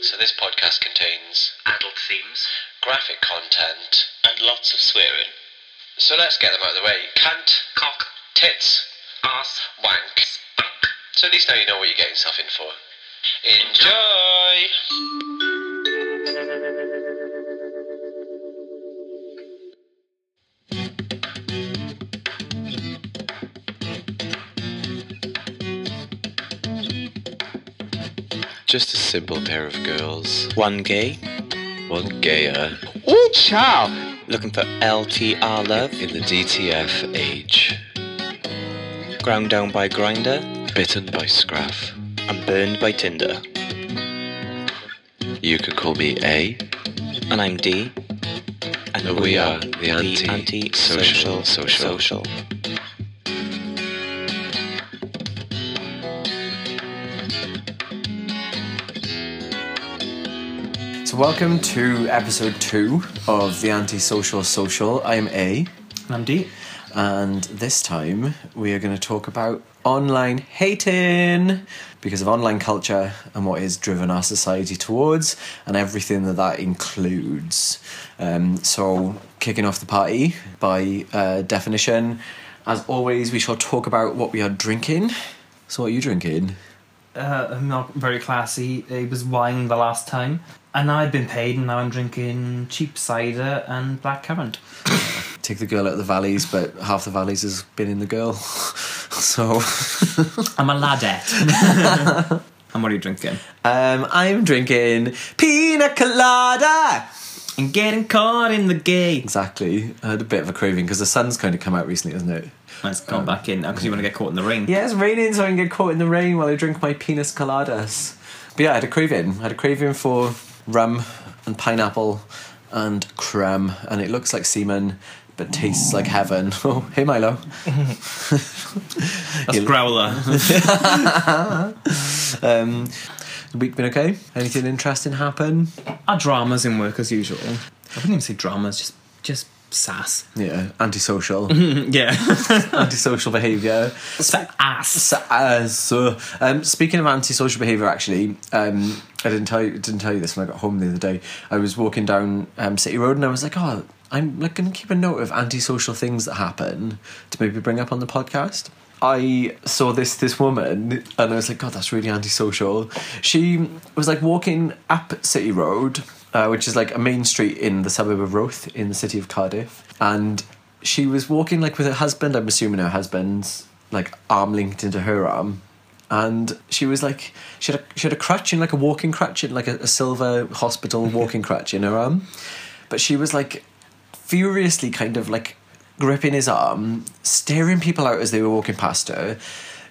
So this podcast contains adult themes, graphic content, and lots of swearing. So let's get them out of the way. Cunt, cock, tits, ass, wank, spunk. So at least now you know what you're getting yourself in for. Enjoy. Just a simple pair of girls. One gay, One gayer Ooh, chow! Looking for LTR love, in the DTF age. ground down by grinder, Bitten by Scraff. and burned by Tinder. You can call me A. And I'm D. And And we are the anti- social- social. social. So, welcome to episode two of the Antisocial Social. I'm A, And I'm D. and this time we are going to talk about online hating because of online culture and what is driven our society towards and everything that that includes. Um, so, kicking off the party by uh, definition, as always, we shall talk about what we are drinking. So, what are you drinking? Uh, I'm not very classy. It was wine the last time. And now I've been paid, and now I'm drinking cheap cider and blackcurrant. Take the girl out of the valleys, but half the valleys has been in the girl. so. I'm a ladette. and what are you drinking? Um, I'm drinking pina colada. And getting caught in the gay. Exactly. I had a bit of a craving because the sun's kind of come out recently, hasn't it? Let's come back in now because you want to get caught in the rain. Yeah, it's raining, so I can get caught in the rain while I drink my pina coladas. But yeah, I had a craving. I had a craving for rum and pineapple and creme, and it looks like semen. But tastes like heaven. Oh, hey Milo. That's growler. Um, the week been okay? Anything interesting happen? Our drama's in work as usual. I wouldn't even say dramas, just just sass. Yeah, antisocial, yeah. Mm-hmm. antisocial behaviour. ass. So, uh, so, um, speaking of antisocial behaviour, actually, um, I didn't tell you didn't tell you this when I got home the other day. I was walking down um, City Road and I was like, oh, I'm like going to keep a note of antisocial things that happen to maybe bring up on the podcast. I saw this this woman and I was like, God, that's really antisocial. She was like walking up City Road, uh, which is like a main street in the suburb of Roth in the city of Cardiff, and she was walking like with her husband. I'm assuming her husband's like arm linked into her arm, and she was like she had a, she had a crutch in like a walking crutch in like a, a silver hospital walking crutch in her arm, but she was like furiously kind of like gripping his arm, staring people out as they were walking past her.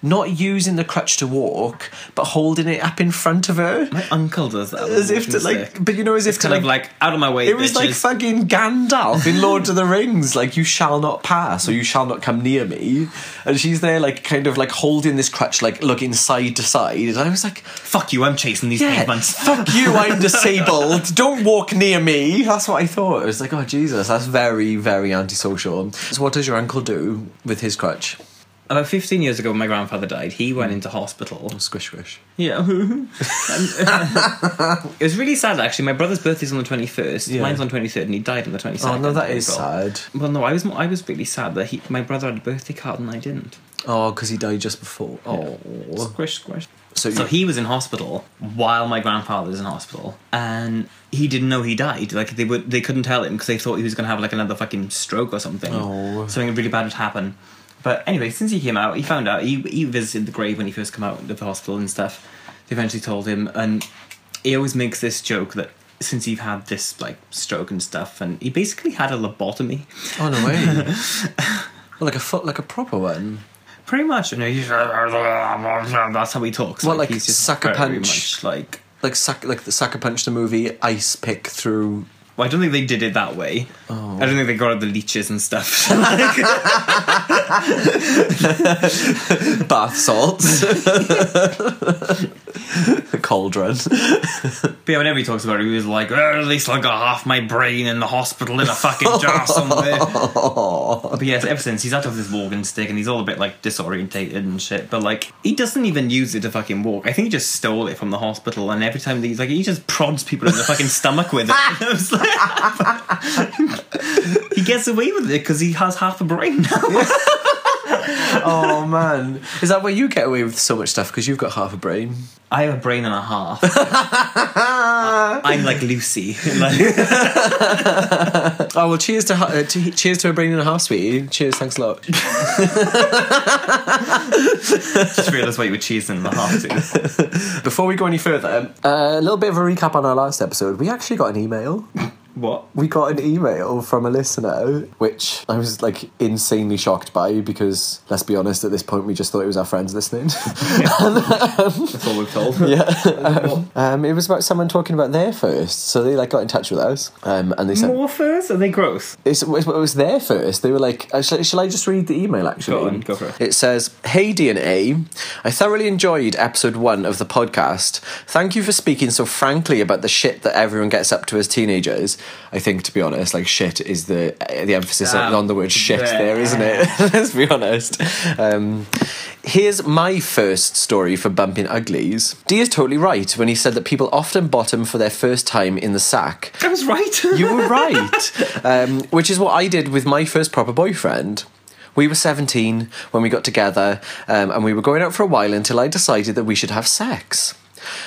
Not using the crutch to walk, but holding it up in front of her, My uncle does that. as if to like. But you know, as if to kind like, of like out of my way. it was like bitches. fucking Gandalf in Lord of the Rings, like you shall not pass or you shall not come near me. And she's there, like kind of like holding this crutch, like looking side to side. And I was like, fuck you. I'm chasing these yeah, pavements. fuck you, I'm disabled. Don't walk near me. That's what I thought. I was like, oh Jesus, that's very, very antisocial. So what does your uncle do with his crutch? About 15 years ago, when my grandfather died, he went into hospital. Squish squish. Yeah. And- it was really sad, actually. My brother's birthday's on the 21st, Yeah. mine's on 23rd, and he died on the 22nd. Oh no, that of is April. sad. Well, no, I was more, I was really sad that he, my brother had a birthday card and I didn't. Oh, because he died just before. Oh, Squish, squish. So So, you- he was in hospital while my grandfather was in hospital, and he didn't know he died. Like they would, they couldn't tell him because they thought he was going to have like another fucking stroke or something. Oh. Something really bad would happen. But anyway, since he came out, he found out he he visited the grave when he first came out of the hospital and stuff. They eventually told him, and he always makes this joke that since he've had this like stroke and stuff, and he basically had a lobotomy. oh no way. well, like a foot, like a proper one. Pretty much, you know, he's, that's how he talks. Well, like, he's sucker very punch. much, like like suck, like the sucker punch the movie ice pick through. Well, I don't think they did it that way. I don't think they got out the leeches and stuff. Like, bath salts. cauldron. But yeah, whenever he talks about it, he was like, "Oh, at least I got half my brain in the hospital in a fucking jar somewhere. but yes, ever since he's had to have this walking stick and he's all a bit like disorientated and shit. But like, he doesn't even use it to fucking walk. I think he just stole it from the hospital. And every time that he's like, he just prods people in the fucking stomach with it. I was like- he gets away with it because he has half a brain now. oh man, is that why you get away with so much stuff? Because you've got half a brain. I have a brain and a half. I'm like Lucy. Like- Oh well, cheers to, ha- uh, to cheers to a brain and a half, sweetie. Cheers, thanks a lot. just realised why you were cheesing in the half too. Before we go any further, uh, a little bit of a recap on our last episode. We actually got an email. What? We got an email from a listener, which I was like insanely shocked by because let's be honest, at this point we just thought it was our friends listening. That's all we're told. um, it was about someone talking about their first, so they like got in touch with us um, and they said Morphers? Are they gross? it's, it was there first. They were like, uh, shall, shall I just read the email actually? Go on, go for it. says, Hey DNA, I thoroughly enjoyed episode one of the podcast. Thank you for speaking so frankly about the shit that everyone gets up to as teenagers. I think, to be honest, like shit is the uh, the emphasis on- Ah, on the word shit bleh. there, isn't it? Let's be honest. Um, here's my first story for bumping uglies. D is totally right when he said that people often bottom for their first time in the sack. I was right. You were right. um, which is what I did with my first proper boyfriend. We were 17 when we got together, um, and we were going out for a while until I decided that we should have sex.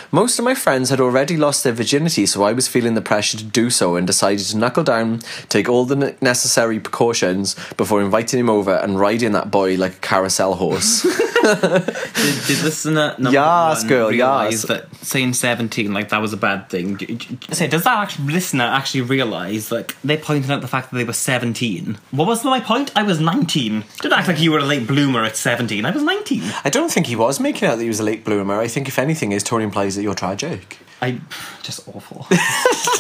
Most of my friends had already lost their virginity, so I was feeling the pressure to do so and decided to knuckle down, take all the ne- necessary precautions before inviting him over and riding that boy like a carousel horse. did, did listener number Yes, one girl, realize yes. that saying seventeen like that was a bad thing? D- d- d- Say, does that actually, listener actually realize like they pointed out the fact that they were seventeen? What was my point? I was nineteen. Don't act like you were a late bloomer at seventeen. I was nineteen. I don't think he was making out that he was a late bloomer. I think, if anything, his tone implies that you're tragic. I just awful.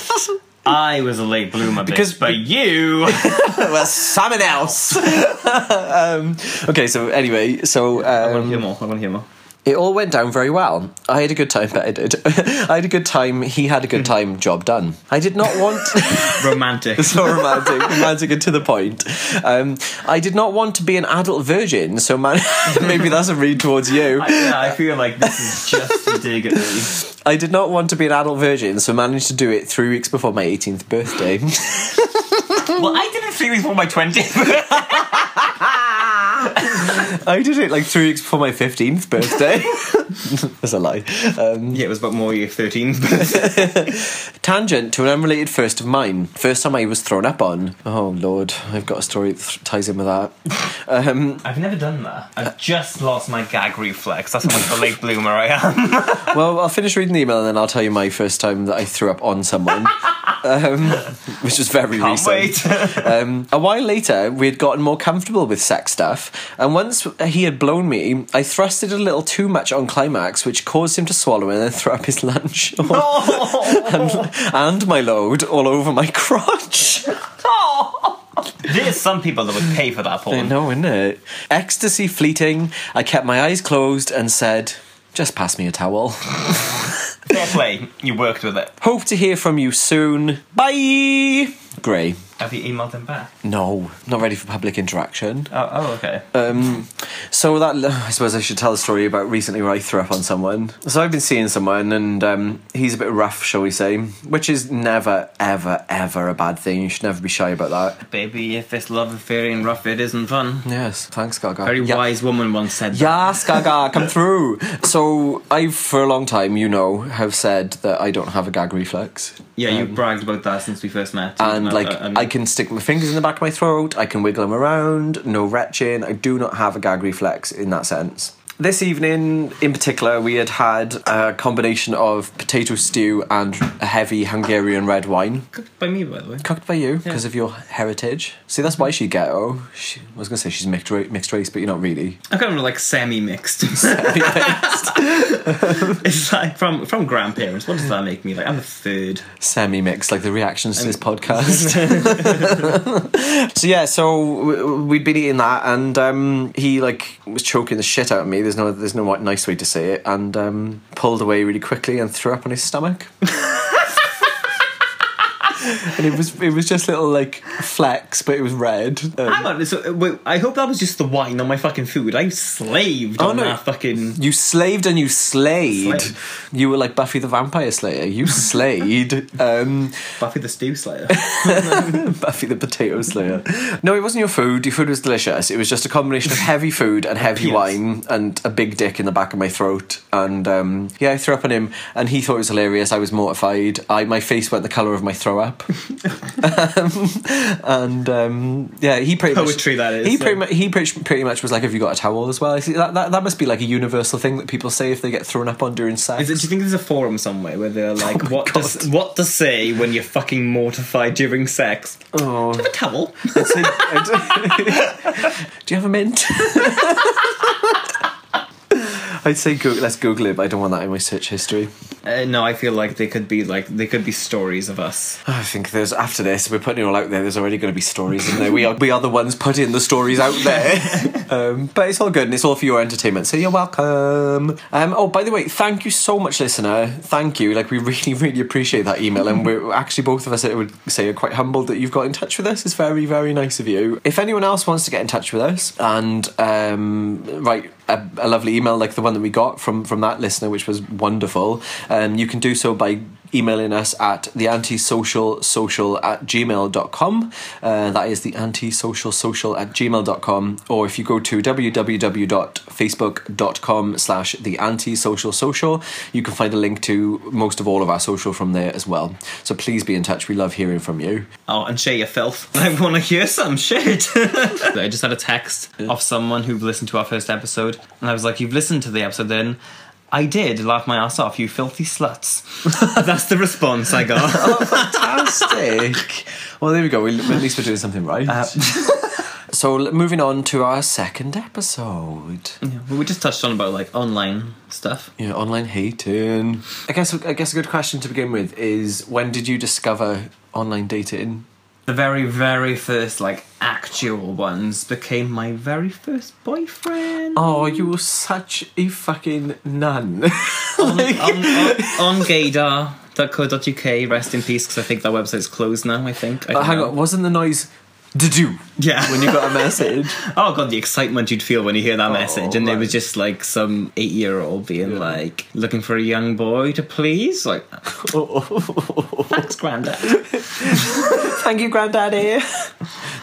I was a late bloomer Because- because, but you. well, someone else. um, okay, so anyway, so I want to um, hear more. I want to hear more. it all went down very well. I had a good time, but I did. I had a good time. He had a good time. Job done. I did not want. Romantic. so romantic, romantic and to the point. Um, I did not want to be an adult virgin, so man- maybe that's a read towards you. yeah, I feel like this is just a dig at me. I did not want to be an adult virgin, so managed to do it three weeks before my 18th birthday. Well, I didn't think it was for my twentieth. I did it like three weeks before my 15th birthday. that's a lie. Um, yeah, it was about more year thirteen. Tangent to an unrelated first of mine. First time I was thrown up on. Oh lord, I've got a story that th- ties in with that. Um, I've never done that. I've just lost my gag reflex. That's how much of a late bloomer I am. well, I'll finish reading the email and then I'll tell you my first time that I threw up on someone, um, which was very Can't recent. wait. Um, a while later, we had gotten more comfortable with sex stuff, and once he had blown me, I thrusted a little too much on climax, which caused him to swallow and then throw up his lunch and, and my load all over my crotch. There's some people that would pay for that I porn. know, isn't it? Ecstasy fleeting, I kept my eyes closed and said, just pass me a towel. Fair play. You worked with it. Hope to hear from you soon. Bye! Grey. Have you emailed them back? No, not ready for public interaction. Oh, oh okay. Um, so that I suppose I should tell a story about recently where I threw up on someone. So I've been seeing someone, and um, he's a bit rough, shall we say, which is never, ever, ever a bad thing. You should never be shy about that. Baby, if it's love affair and rough, it isn't fun. Yes, thanks, Gaga. Very Yeah. wise woman once said that. Yes, Gaga, come through. So I, for a long time, you know, have said that I don't have a gag reflex, Yeah, you bragged about that since we first met. and Uh, like uh, Um, and- I can stick my fingers in the back of my throat, I can wiggle them around, no retching. I do not have a gag reflex in that sense. This evening, in particular, we had had a combination of potato stew and a heavy Hungarian red wine, Cooked by me, by the way. cooked by you because of your heritage. See, that's why she ghetto. She, I was gonna say she's mixed ra- mixed race, but you're not really. I'm kind of like semi-mixed. it's like from from grandparents. What does that make me? Like I'm a third. semi mixed, like the reactions to this podcast. so yeah, so w- w- we'd been eating that, and um, he like was choking the shit out of me. There's no there's no nice way to say it, and um, pulled away really quickly and threw up on his stomach. and it was it was just little like flecks, but it was red. Um, Hang on, so, uh, wait, I hope that was just the wine on my fucking food. I slaved Oh, on no. that fucking. You slaved and you slayed. Slayed. You were like Buffy the Vampire Slayer. You slayed. um, Buffy the Stew Slayer. Buffy the Potato Slayer. No, it wasn't your food. Your food was delicious. It was just a combination of heavy food and heavy Yes. wine and a big dick in the back of my throat. And um, yeah, I threw up on him, and he thought it was hilarious. I was mortified. I my face went the colour of my throw up. um, and um, yeah, he pretty Poetry, much that is, He pretty yeah. mu- he pretty, pretty much was like, "Have you got a towel as well?" I see, that, that that must be like a universal thing that people say if they get thrown up on during sex. Is it, do you think there's a forum somewhere where they're like, my what, God. to, what to say when you're fucking mortified during sex? Oh. Do you have a towel? It's like- I don't- Do you have a mint? I'd say Google, let's Google it, but I don't want that in my search history. Uh, no, I feel like they could be like they could be stories of us. I think there's after this, we're putting it all out there. There's already going to be stories in there. We are we are the ones putting the stories out there. um, but it's all good, and it's all for your entertainment. So you're welcome. Um, oh, by the way, thank you so much, listener. Thank you. Like we really really appreciate that email, and we're actually both of us. I would say are quite humbled that you've got in touch with us. It's very very nice of you. If anyone else wants to get in touch with us and um, write a, a lovely email like the one that we got from from that listener, which was wonderful, um, you can do so by emailing us at the antisocial social at gmail.com uh, that is the antisocial social at gmail.com or if you go to www.facebook.com slash the antisocial social you can find a link to most of all of our social from there as well so please be in touch we love hearing from you Oh, and share your filth. I want to hear some shit. I just had a text of someone who listened to our first episode, and I was like, "You've listened to the episode, then." I did laugh my ass off, you filthy sluts. That's the response I got. fantastic well there we go we, at least we're doing something right so l- moving on to our second episode we just touched on about like online stuff. Yeah, online hating. I guess I guess a good question to begin with is when did you discover online dating? The very, very first like actual ones became my very first boyfriend. Oh, you were such a fucking nun. Um, Like- on, on, on gaydar.co.uk, rest in peace, because I think that website's closed now, I think. Uh, I don't hang know. on, wasn't the noise did you Yeah. when you got a message? oh, God, the excitement you'd feel when you Oh, hear that message. And there was right. just like some eight year old being like, looking for a young boy to please. Like, Oh, thanks, Grandad. Thank you, Granddaddy.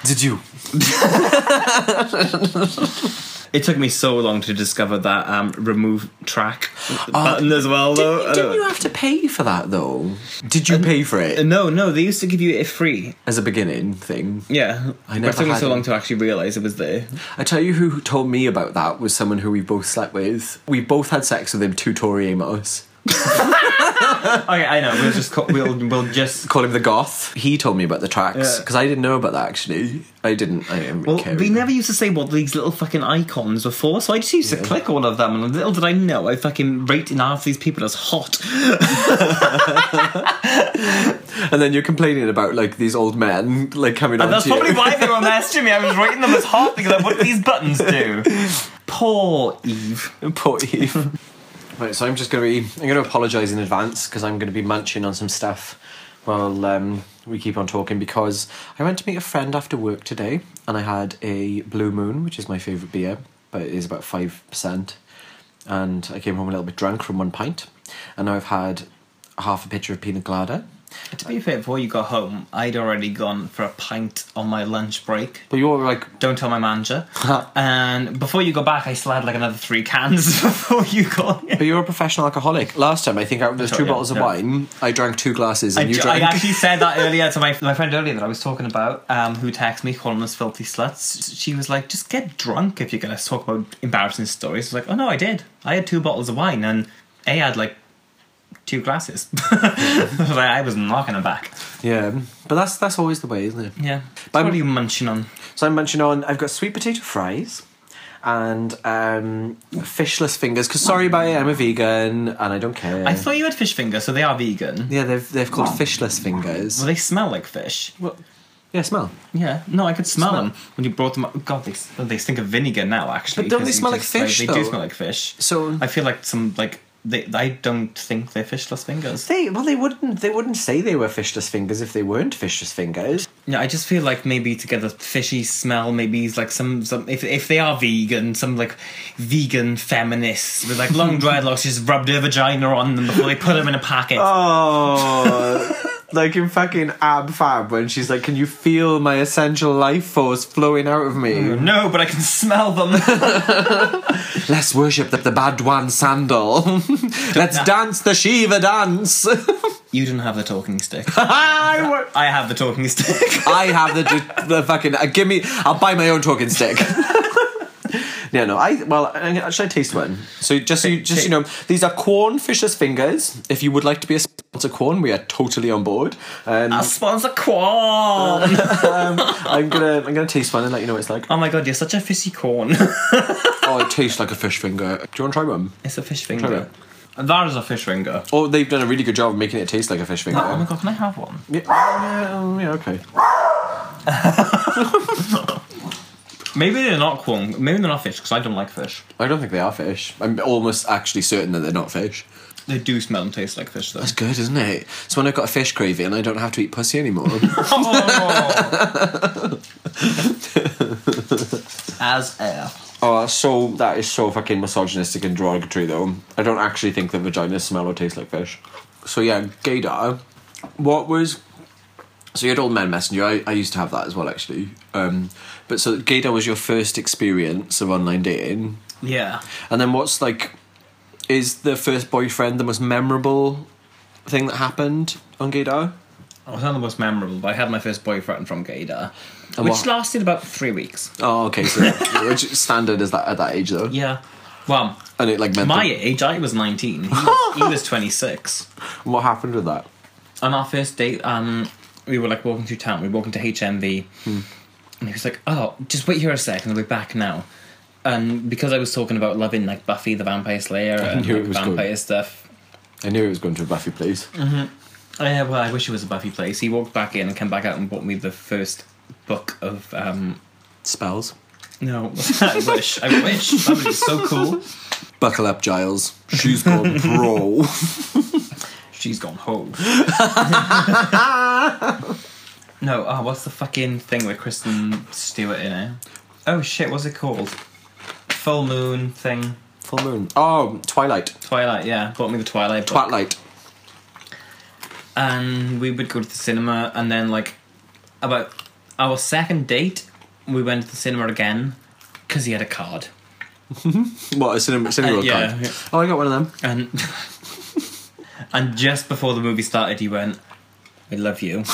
did you? It took me so long to discover that um, remove track button as well, though. I Oh, Didn't don't- you have to pay for that though? Did you pay for it no, no, they used to give you it free. as a beginning thing? Yeah. I But never it took me had so long it. to actually realise it was there. I tell you who told me about that was someone who we both slept with. We both had sex with him to Tori Amos. Okay, I know. We'll just, co- we'll, we'll just call him the goth. He told me about the tracks Yeah. because I didn't know about that actually. I didn't. I didn't really Well, care. they never used to say what these little fucking icons were for, so I just used to click all of them, and little did I know, I fucking rating half these people as hot. Oh, and then you're complaining about like these old men like coming on. And that's to you. probably why they were messaging me. I was rating them as hot because like, what do these buttons do? Poor Eve. Poor Eve. right, so I'm just gonna be. I'm gonna apologise in advance because I'm gonna be munching on some stuff while um, we keep on talking because I went to meet a friend after work today and I had a Blue Moon, which is my favourite beer, but it is about five percent. And I came home a little bit drunk from one pint, and now I've had half a pitcher of pina colada. To be fair, before you got home, I'd already gone for a pint on my lunch break. But you're like Don't tell my manager. and before you got back, I still had like another three cans before you got here. But you're a professional alcoholic. Last time, I think out of those Sure, two yeah, bottles of yeah. wine, I drank two glasses and I, you ju- I drank. actually said that earlier to my my friend earlier that I was talking about, um, who texted me calling us filthy sluts. She was like, "Just get drunk if you're gonna talk about embarrassing stories." I was like, "Oh no, I did. I had two bottles of wine and A had like two glasses. I was like, I was knocking them back. yeah, but that's that's always the way, isn't it? Yeah. But what I'm- are you munching on? So I'm munching on. I've got sweet potato fries and um, fishless fingers. Because sorry, bye, I'm a vegan and I don't care. I thought you had fish fingers, so they are vegan. yeah, they've they've called fishless fingers. Well, they smell like fish. Well, Yeah, smell. Yeah, no, I could smell, Smell. them when you brought them. up. God, they, s- they stink of vinegar now. Actually, But don't 'cause they you smell like just, like, fish, They though? do smell like fish. So- I feel like some like they. I don't think they're fishless fingers. They well, they wouldn't they wouldn't say they were fishless fingers if they weren't fishless fingers. Yeah, I just feel like maybe to get a fishy smell, maybe it's like some some if if they are vegan, some like vegan feminists with like long dreadlocks just rub their vagina on them before they put them in a packet. Oh, like in fucking Ab Fab when she's like, "Can you feel my essential life force flowing out of me?" No, but I can smell them. Let's worship the, the Badwan sandal. Let's dance the Shiva dance. you didn't have the talking stick. I, wa- I have the talking stick. I have the, the fucking. Uh, give me. I'll buy my own talking stick. yeah, no. I well, I- should I taste one? So just so you, just so you know, these are corn fisher's fingers. If you would like to be a sponsor, corn, we are totally on board. Um, I'll sponsor corn. I'm gonna I'm gonna taste one and let you know what it's like. Oh my god, you're such a fishy corn. Oh, it tastes like a fish finger. Do you want to try one? it's a fish Try finger. That is a fish finger. Oh, they've done a really good job of making it taste like a fish finger. Oh my god, can I have one? Yeah, yeah, um, yeah, okay. Maybe they're not corn. Maybe they're not fish because I don't like fish. I don't think they are fish. I'm almost actually certain that they're not fish. They do smell and taste like fish though. It's good, isn't it? It's when I've got a fish craving and I don't have to eat pussy anymore. As air. oh, so that is so fucking misogynistic and derogatory, though. I don't actually think that vaginas smell or taste like fish. So yeah, gaydar. What was? So you had Old Man Messenger. I, I used to have that as well, actually. Um, but so gaydar was your first experience of online dating, Yeah. and then what's like? Is the first boyfriend the most memorable thing that happened on gaydar? I was not the most memorable, but I had my first boyfriend from Gaydar, And which what- lasted about three weeks. Oh, okay. So which standard is that at that age though? Yeah. Well, And it like meant my that- age, I was 19. He was, he was 26. what happened with that? on our first date, um, we were like walking through town. We were walking to HMV, Hmm. and he was like, "Oh, just wait here a second. I'll be back now." And because I was talking about loving like Buffy the Vampire Slayer and knew like, it was vampire good. stuff, I knew it was going to a Buffy place. yeah, well, I wish it was a Buffy place. He walked back in and came back out and bought me the first book of um. Spells. No, I wish. I wish. That would be so cool. Buckle up, Giles. She's gone pro. She's gone home. no, oh, what's the fucking thing with Kristen Stewart in it? Oh shit, what's it called? Full Moon thing. Full moon. Oh, Twilight. Twilight, yeah. Bought me the Twilight book. Twilight. and we would go to the cinema, and then, like, about our second date, we went to the cinema again because he had a card. What a cinema, cinema Uh, card. yeah, yeah. Oh, I got one of them. And and just before the movie started, he went, "I love you."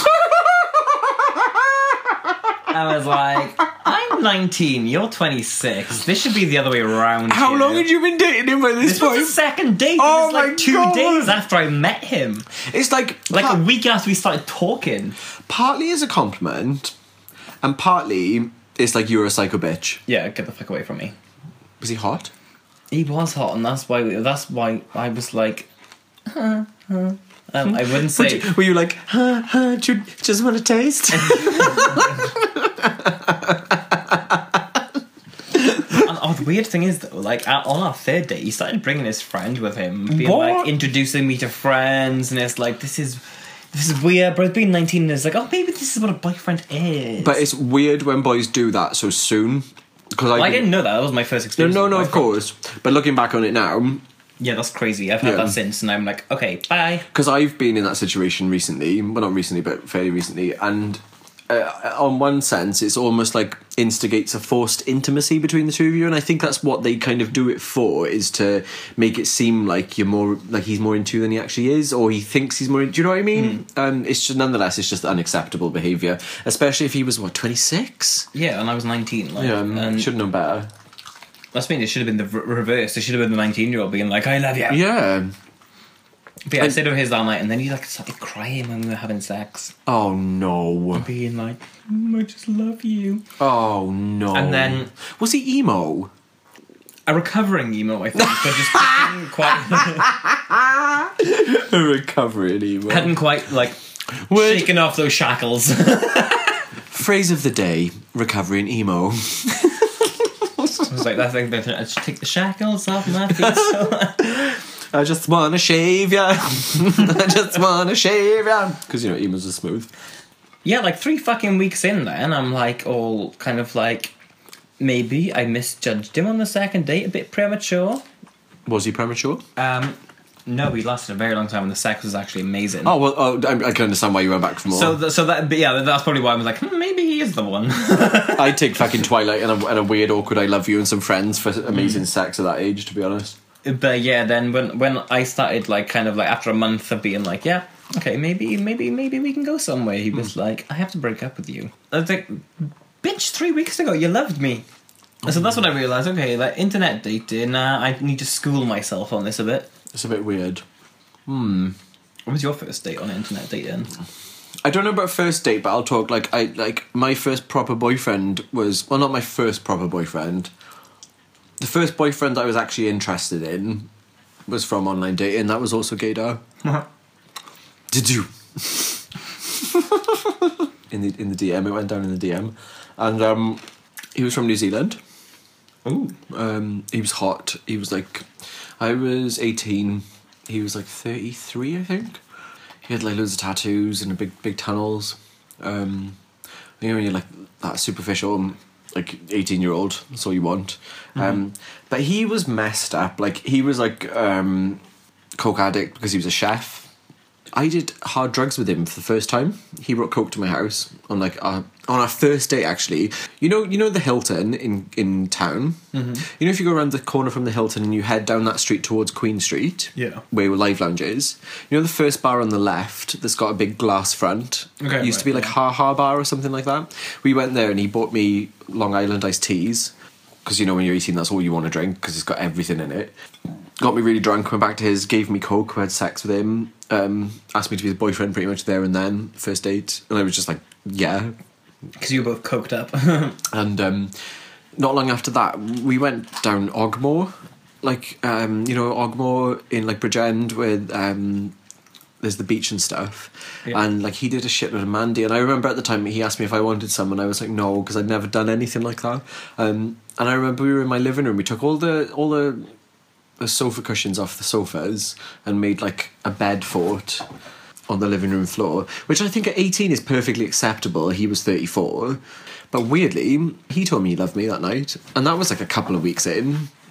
I was like, "I'm 19. You're 26. This should be the other way around." How here." long had you been dating him by this, This was point? the second date. Oh it was like my two God. days after I met him. it's like Like par- a week after we started talking. partly is a compliment, and partly it's like you're a psycho bitch. Yeah, get the fuck away from me. Was he hot? He was hot, and that's why. That's why I was like, huh, huh. Um, I wouldn't Would say. you- were you like, huh, huh, do you just want to taste? And, oh, the weird thing is though, like at, on our third date, he started bringing his friend with him, being What? like introducing me to friends, and it's like this is this is weird. But being nineteen, and it's like oh, maybe this is what a boyfriend is. but it's weird when boys do that so soon. Because Well, I didn't know that. That was my first No, experience. no, with a no, of boyfriend. course. But looking back on it now, Yeah, that's crazy. I've had Yeah. that since, and I'm like, okay, bye. because I've been in that situation recently, well, not recently, but fairly recently, and uh, on one sense, it's almost like instigates a forced intimacy between the two of you, and I think that's what they kind of do it for, is to make it seem like you're more, like he's more into you than he actually is, or he thinks he's more. in- Do you know what I mean? Um, it's just nonetheless, it's just unacceptable behaviour, especially if he was what twenty six. Yeah, and I was nineteen. Like, Yeah, and should have known better. that's mean. It should have been the re- reverse. It should have been the nineteen-year-old being like, I love you. Yeah. But yeah, I stayed over his all night, and then he like started crying when we were having sex, Oh no. being like, mm, I just love you. Oh no. And then- was he emo? a recovering emo, I think, but just hadn't quite A recovering emo. hadn't quite like Would- shaken off those shackles. phrase of the day: recovery and emo. I was like, that's like, I should take the shackles off my feet. So. I just wanna shave ya. I just wanna shave ya. Because you know emos are smooth. yeah, like three fucking weeks in there, and I'm like, all kind of like, maybe I misjudged him on the second date, a bit premature. Was he premature? Um, no, we lasted a very long time, and the sex was actually amazing. Oh well, oh, I, I can understand why you went back for more. So, th- so that, but yeah, that's probably why I was like, hmm, maybe he is the one. I'd take fucking Twilight and a, and a weird, awkward "I love you" and some friends for amazing sex at that age. To be honest, but yeah, then when when I started like kind of like after a month of being like, yeah, okay, maybe maybe maybe we can go somewhere. He was like, I have to break up with you. I was like, bitch, three weeks ago you loved me. And So that's when I realized, okay, like internet dating, uh, I need to school myself on this a bit. it's a bit weird. What was your first date on internet dating? I don't know about first date, but I'll talk like I like my first proper boyfriend was well, not my first proper boyfriend. The first boyfriend I was actually interested in was from online dating. That was also Gaydar. Did you? in the in the DM, it went down in the DM, and um, he was from New Zealand. Ooh, Um, he was hot. He was like, I was 18. He was like 33, I think. He had like loads of tattoos and big, big tunnels. Um, you know, when you're like that superficial, um, like 18 year old, that's all you want. Um, but he was messed up. Like, he was like, um, coke addict because he was a chef. I did hard drugs with him for the first time. He brought coke to my house on like our, on our first day actually. You know, you know the Hilton in in town. You know if you go around the corner from the Hilton and you head down that street towards Queen Street, Yeah. where Live Lounge is. You know the first bar on the left that's got a big glass front. Okay, It used to be right, like yeah. Ha Ha Bar or something like that. We went there and he bought me Long Island iced teas because you know when you're 18 that's all you want to drink because it's got everything in it got me really drunk, went back to his, gave me coke, had sex with him, um, asked me to be his boyfriend pretty much there and then, first date. And I was just like, yeah. because you were both coked up. And um, not long after that, we went down Ogmore, like, um, you know, Ogmore in like Bridgend with. Um, there's the beach and stuff, Yeah. and like he did a shitload of Mandy, and I remember at the time he asked me if I wanted some, and I was like no because I'd never done anything like that. Um, and I remember we were in my living room, we took all the all the the sofa cushions off the sofas and made like a bed fort on the living room floor, which I think at 18 is perfectly acceptable. He was 34. But weirdly, he told me he loved me that night. And that was like a couple of weeks in.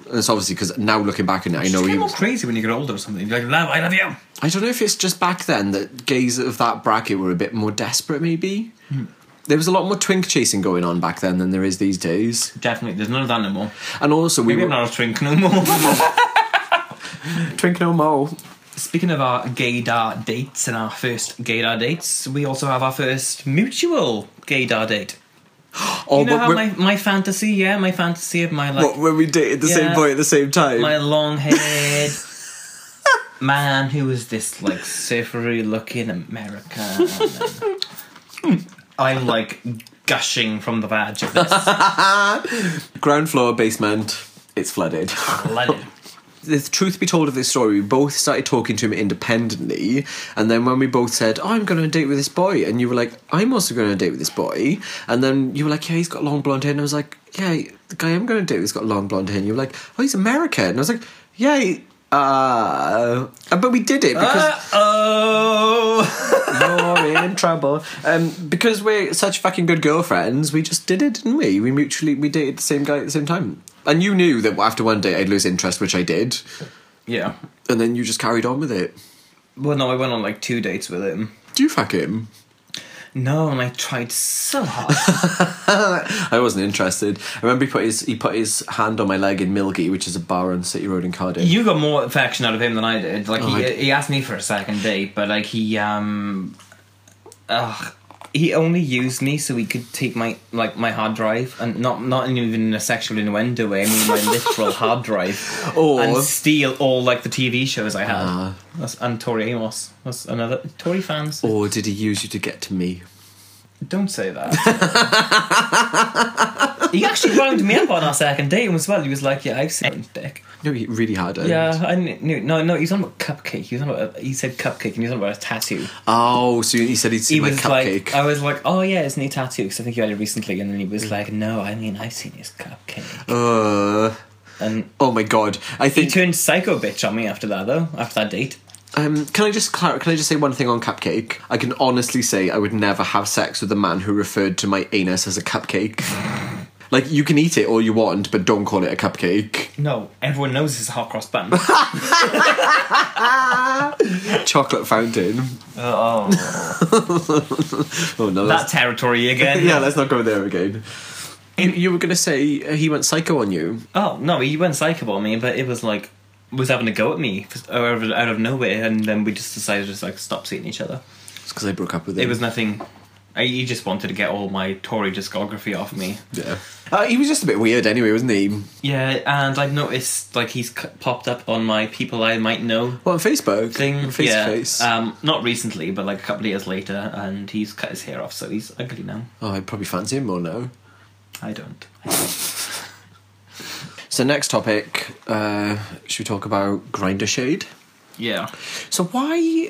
And it's obviously because now looking back on it, I know It's he more was. crazy when you get older or something. You're like, love, I love you. I don't know if it's just back then that gays of that bracket were a bit more desperate, maybe. Hmm. There was a lot more twink chasing going on back then than there is these days. Definitely, there's none of that no more. And also, we Maybe I'm were. not a drink no more. Twink no more. Speaking of our gaydar dates and our first gaydar dates, we also have our first mutual gaydar date. Oh, You know but how we're- my, my fantasy, yeah, my fantasy of my like what, when we dated the same Yeah. boy at the same time. my long haired man who was this like surfery looking American. I'm like gushing from the badge of this. Ground floor, basement, it's flooded. Blooded. the truth be told of this story, we both started talking to him independently, and then when we both said, oh, I'm going on a date with this boy, and you were like, I'm also going on a date with this boy, and then you were like, yeah, he's got long blonde hair, and I was like, yeah, the guy I'm going on a date with has got long blonde hair, and you were like, oh, he's American, and I was like, yeah, he- uh, but we did it because Uh oh. you're in trouble. Um, because we're such fucking good girlfriends, we just did it, didn't we? We mutually we dated the same guy at the same time, and you knew that after one date I'd lose interest, which I did, yeah. and then you just carried on with it. Well, no, I went on like two dates with him. Do you fuck him? No, and I tried so hard. I wasn't interested. I remember he put his he put his hand on my leg in Milgate, which is a bar on City Road in Cardiff. You got more affection out of him than I did. Like Oh, I- he, he asked me for a second date, but like he um, ugh, he only used me so he could take my like my hard drive and not not even in a sexual innuendo way. I mean my literal hard drive Or- and steal all like the TV shows I had. Ah. That's and Tori Amos. That's another Tori fans. or did he use you to get to me? Don't say that. He actually wound me up on our second date as well. He was like, "Yeah, I've seen dick." No, he really had it. Yeah, I kn- knew. No, no, he was on about cupcake. He was on about. He said cupcake, and he was on about a tattoo. Oh, so he said he'd He seen my was cupcake. like, I was like, "Oh yeah, it's a new tattoo." Because I think you had it recently, and then he Mm. was like, "No, I mean, I've seen his cupcake." uh, And oh my god! I he think. turned psycho bitch on me after that, though. After that date, Um, can I just clar- can I just say one thing on cupcake? I can honestly say I would never have sex with a man who referred to my anus as a cupcake. like you can eat it all you want, but don't call it a cupcake. No, everyone knows it's a hot cross bun. Chocolate fountain. oh, Oh no, that that's, territory again. yeah. Let's not go there again. You, you were gonna say uh, he went psycho on you. Oh no, he went psycho on me, but it was like was having a go at me f- out of, out of nowhere, and then we just decided to just like stop seeing each other. It's because I broke up with him. It was nothing. I, he just wanted to get all my Tory discography off me. Yeah. Uh, he was just a bit weird anyway, wasn't he? Yeah, and I've noticed like he's c- popped up on my people I might know Well, on Facebook. thing. Face yeah, to face. Um, not recently, but like a couple of years later, and he's cut his hair off, so he's ugly now. oh, I probably fancy him more now. I don't. So, next topic, uh, should we talk about Grinder Shade? Yeah. So, why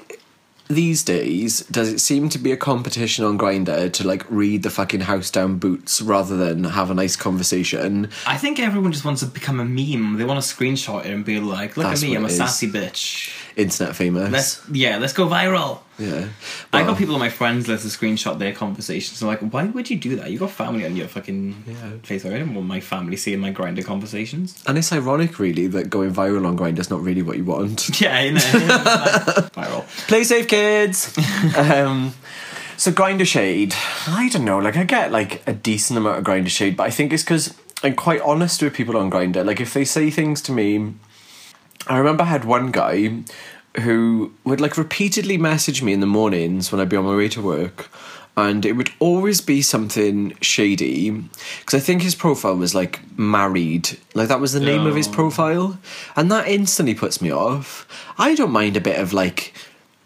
these days does it seem to be a competition on Grinder to like read the fucking house down boots rather than have a nice conversation? I think everyone just wants to become a meme. They want to screenshot it and be like, "Look That's at me, what I'm a it is. sassy bitch." Internet famous. Let's yeah, let's go viral. yeah. I Well, got people on my friends list to screenshot their conversations. I'm like, why would you do that? You got family on your fucking Facebook. I don't want my family seeing my grinder conversations. And it's ironic, really, that going viral on Grinder's not really what you want. Yeah, I know. viral. Play safe, kids. um, so grinder shade. I don't know. Like I get like a decent amount of grinder shade, but I think it's because I'm quite honest with people on grinder. Like if they say things to me, I remember I had one guy who would like repeatedly message me in the mornings when I'd be on my way to work. And it would always be something shady because I think his profile was like married. Like that was the name of his profile. And that instantly puts me off. I don't mind a bit of like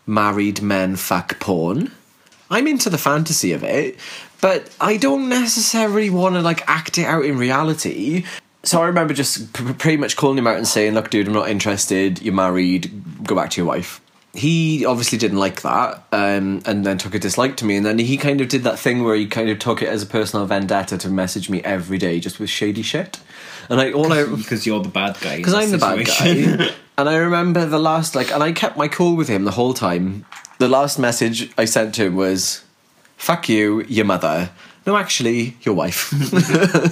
married men fuck porn. I'm into the fantasy of it, but I don't necessarily want to like act it out in reality. So I remember just p- p- pretty much calling him out and saying, "Look, dude, I'm not interested. You're married. Go back to your wife." He obviously didn't like that, um, and then took a dislike to me. And then he kind of did that thing where he kind of took it as a personal vendetta to message me every day, just with shady shit. And I all I Because you're the bad guy. in because this I'm the bad situation. guy. and I remember the last like, and I kept my cool with him the whole time. The last message I sent to him was, "Fuck you, your mother." No, actually, your wife.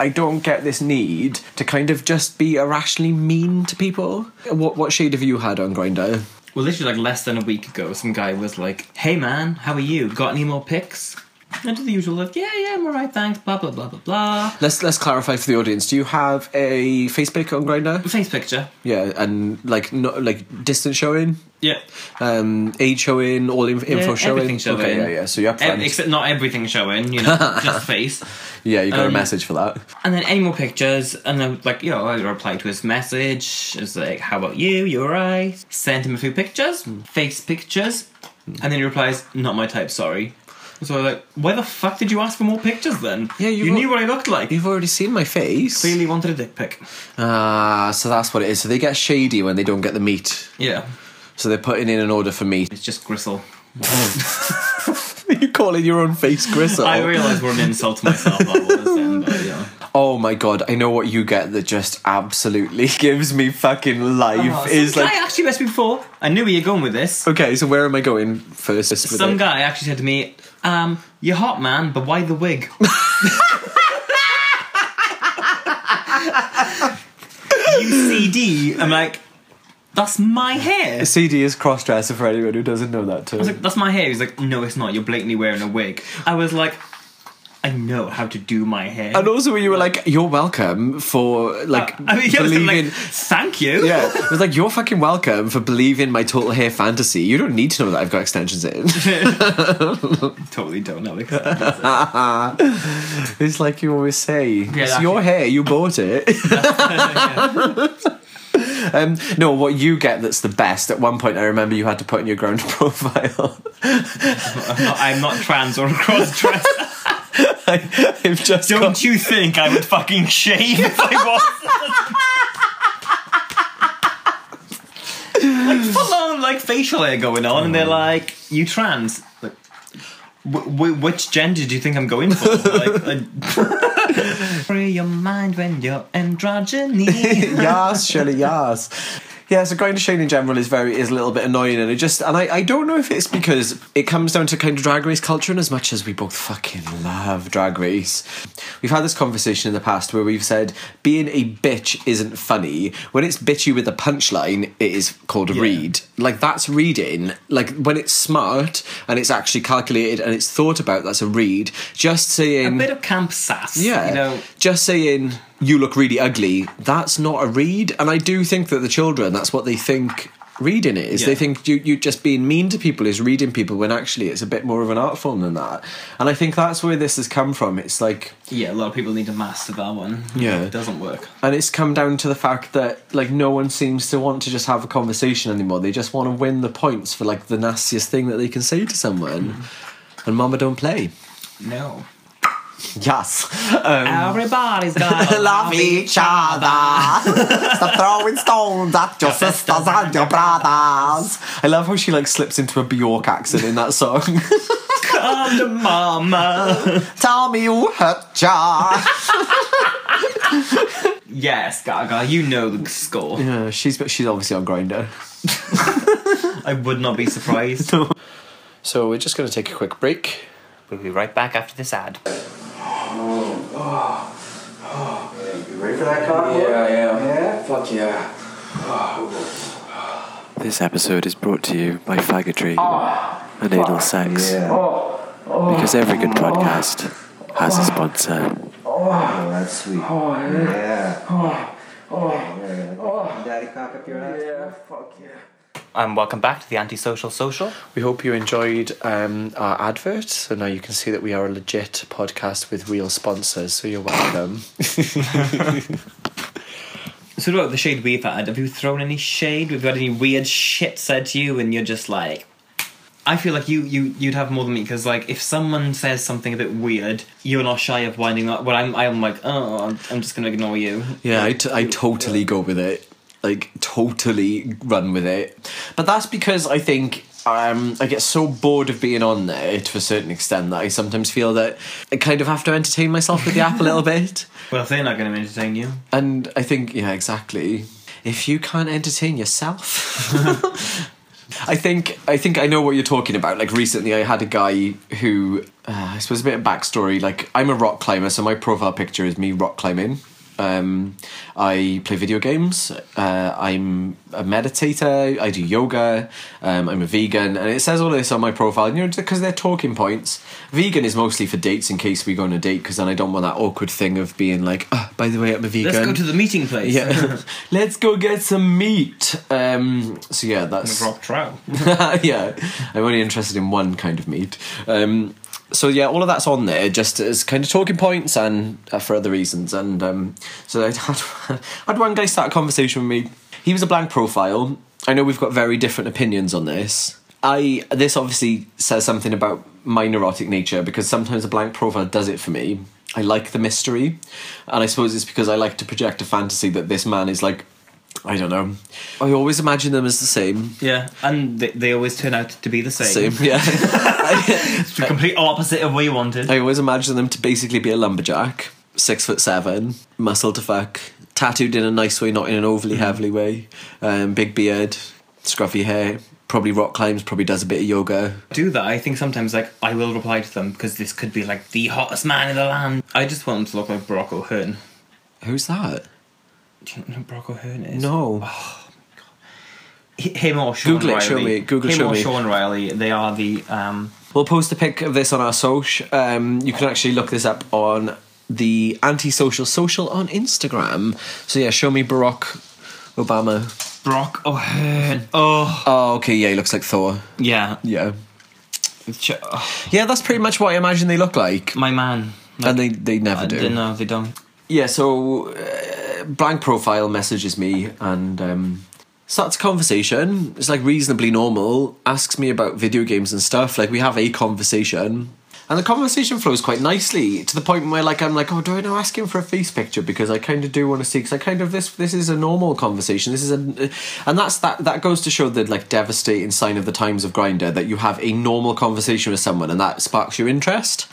I don't get this need to kind of just be irrationally mean to people. What what shade have you had on Grinder? Well, literally, like less than a week ago, some guy was like, "Hey, man, how are you? Got any more pics?" And to the usual, like, "Yeah, yeah, I'm alright, thanks." Blah blah blah blah blah. Let's let's clarify for the audience. Do you have a Facebook on Grinder? Face picture. Yeah, and like no, like distance showing, Yeah. um, age showing, all in, info yeah, showing. everything showing. Okay, yeah, yeah. So you're up Ev- front. Eh, except not everything showing. You know, just face. Yeah, you got a Um, message for that. And then any more pictures, and then like you know, I replied to his message. It was like, "How about you? You alright?" Sent him a few pictures, face pictures, and then he replies, "Not my type, sorry." So I was like, "Why the fuck did you ask for more pictures then? Yeah, you, you wrote- knew what I looked like. You You've already seen my face. clearly wanted a dick pic." Ah, so that's what it is. So they get shady when they don't get the meat. Yeah, So they're putting in an order for meat. it's just gristle. you call it your own face Oh, gristle. I realised what an insult to myself that was then, but yeah. oh my god, I know what you get that just absolutely gives me fucking life. is Uh-huh. some like, guy actually messed me before. I knew where you're going with this. okay, so where am I going first? with Some it? guy actually said to me, um, "You're hot, man, but why the wig?" UCD. I'm like, that's my hair. I CD is cross dresser for anyone who doesn't know that term. was like, that's my hair. He's like, no, it's not. You're blatantly wearing a wig. I was like, I know how to do my hair. and also, when you were like, "You're welcome for like Uh, I mean, yeah, I was believing." like, thank you. yeah, it was like you're fucking welcome for believing my total hair fantasy. You don't need to know that I've got extensions in. Totally don't know. Like, It's like you always say, it's that's your hair, you bought it. um, no, what you get that's the best. At one point, I remember you had to put in your ground profile. I'm not trans or a cross dresser. I, I've just got, Don't you think I would fucking shave if I was? like full on like facial hair going on, Mm. and they're like, "You trans? Like, w- w- which gender do you think I'm going for?" Like, I- free your mind when you're androgyny. yes, surely yes. Yeah, so Grinder Shane in general is very is a little bit annoying, and it just and I, I don't know if it's because it comes down to kind of drag race culture, and as much as we both fucking love drag race, we've had this conversation in the past where we've said being a bitch isn't funny. When it's bitchy with a punchline, it is called a read. Like that's reading. Like when it's smart and it's actually calculated and it's thought about, that's a read. Just A saying bit of camp sass, yeah. You know, just saying you look really ugly, that's not a read. And I do think that the children, that's what they think reading it is. They Yeah. think you, you just being mean to people is reading people when actually it's a bit more of an art form than that. And I think that's where this has come from. It's like yeah. A lot of people need to master that one. Yeah. it doesn't work. and it's come down to the fact that like no one seems to want to just have a conversation anymore. They just want to win the points for like the nastiest thing that they can say to someone. Mm-hmm. And mama don't play. No, Yes. Um, Everybody's got each other. Stop throwing stones at your sisters and your brothers. I love how she like slips into a Bjork accent in that song. come to mama. Tell me who hurt ya. yes, Gaga, you know the score. Yeah, she's but she's obviously on grinder. I would not be surprised. So we're just gonna take a quick break. We'll be right back after this ad. This episode is brought to you by faggotry and anal sex. Because every good podcast has a sponsor. And welcome back to the Antisocial Social. We hope you enjoyed um, our advert. So now you can see that we are a legit podcast with real sponsors. So you're welcome. So what about the shade we've had? Have you thrown any shade? Have you had any weird shit said to you, and you're just like, I feel like you you you'd have more than me because like if someone says something a bit weird, you're not shy of winding up. Well, I'm I'm like, oh, I'm, I'm just gonna ignore you. Yeah, I, t- I totally go with it. Like, totally run with it. But that's because I think um, I get so bored of being on there to a certain extent that I sometimes feel that I kind of have to entertain myself with the app a little bit. Well, if they're not gonna entertain you, And I think, yeah, exactly. If you can't entertain yourself. I think I think I know what you're talking about. Like recently, I had a guy who uh, I suppose a bit of backstory. Like I'm a rock climber, so my profile picture is me rock climbing. Um, I play video games. Uh, I'm a meditator. I do yoga. Um, I'm a vegan, and it says all this on my profile. You know, because they're talking points. Vegan is mostly for dates in case we go on a date, because then I don't want that awkward thing of being like, oh, by the way, I'm a vegan. let's go to the meeting place. yeah, let's go get some meat. Um, so yeah, that's Rock trout. yeah, I'm only interested in one kind of meat. Um, so yeah, all of that's on there just as kind of talking points and uh, for other reasons. And um, so I had, had one guy start a conversation with me. He was a blank profile. I know we've got very different opinions on this. I this obviously says something about my neurotic nature because sometimes a blank profile does it for me. I like the mystery, and I suppose it's because I like to project a fantasy that this man is like, I don't know. I always imagine them as the same. Yeah, and they, they always turn out to be the same. Same, yeah. I, It's the complete opposite of what you wanted. I always imagine them to basically be a lumberjack, six foot seven, muscle to fuck, tattooed in a nice way, not in an overly heavily way, um, big beard, scruffy hair, probably rock climbs, probably does a bit of yoga. do that, I think sometimes like I will reply to them because this could be like the hottest man in the land. I just want him to look like Barack O'Hearn. Who's that? Do you know who Barack O'Hearn is? No. H- him or Sean Google it, Riley. show me, Google him show or me. Sean Riley. They are the um, We'll post a pic of this on our social. Um, you can actually look this up on the antisocial social on Instagram. So yeah, show me Barack Obama. Barack O'Hearn. Oh Oh, okay, yeah, he looks like Thor. yeah, Yeah. Ch- oh, Yeah, that's pretty much what I imagine they look like. my man. and they, they never I do. don't know. They don't. Yeah, so uh, blank profile messages me and um, starts a conversation. It's like reasonably normal. Asks me about video games and stuff. Like we have a conversation. And the conversation flows quite nicely to the point where, like, I'm like, oh, do I now ask him for a face picture because I kind of do want to see? Because I kind of this this is a normal conversation. This is a, and that's that that goes to show the like devastating sign of the times of Grinder that you have a normal conversation with someone and that sparks your interest.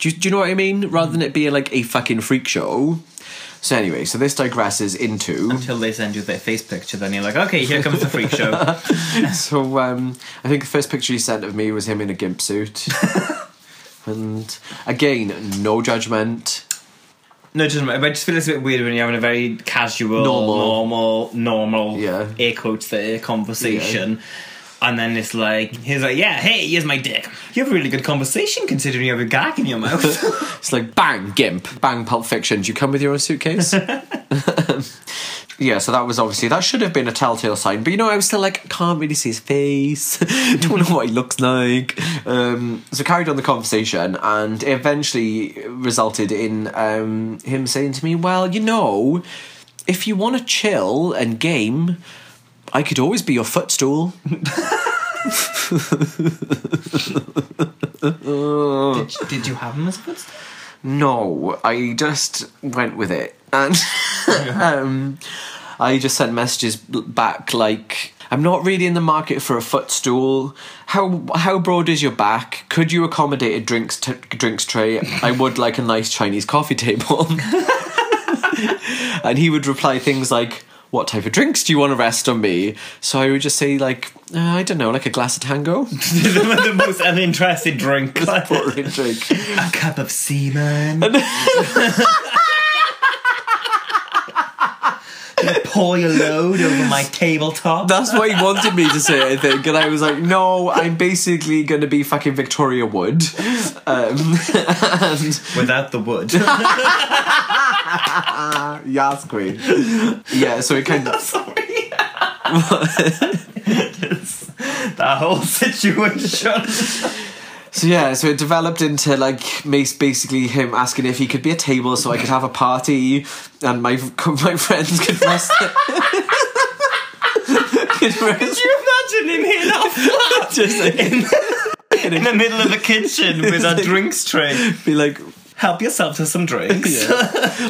Do you, do you know what I mean? Rather than it being like a fucking freak show. So anyway, so this digresses into. Until they send you their face picture, then you're like, okay, here comes the freak show. So um, I think the first picture he sent of me was him in a gimp suit. and again, no judgment. no, just I just feel it's a bit weird when you're having a very casual, Normal. normal, normal, Yeah. air quotes there conversation. And then it's like, he's like, yeah, hey, here's my dick. You have a really good conversation considering you have a gag in your mouth. It's like bang gimp, bang Pulp Fiction. Do you come with your own suitcase? yeah, so that was obviously that should have been a telltale sign, but you know I was still like can't really see his face, don't know what he looks like. Um, so carried on the conversation, and it eventually resulted in um, him saying to me, "Well, you know, if you want to chill and game, I could always be your footstool." did, you- did you have him as a good No, I just went with it, and um, I just sent messages b- back like, "I'm not really in the market for a footstool. How how broad is your back? Could you accommodate a drinks t- drinks tray? I would like a nice Chinese coffee table." and he would reply things like. What type of drinks do you want to rest on me? So I would just say like uh, I don't know, like a glass of tango, the most uninterested drink. or a drink. a cup of semen. Gonna pour your load over my tabletop. That's what he wanted me to say, I think. And I was like, no, I'm basically going to be fucking Victoria Wood. Um, and Without the wood. yes, queen. Yeah, so it kind of. Sorry. that whole situation. So yeah, so it developed into like Mace basically him asking if he could be a table so I could have a party and my my friends could rest. could rest- you imagine him here now? Just in, in the middle of the kitchen with a drinks tray. be like, Help yourself to some drinks.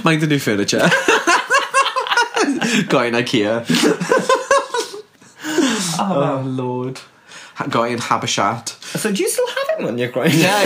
Mind the new furniture. Got in IKEA. oh, lord. Ha- Got in Habashat. So do you still have him on your grinder? Yeah,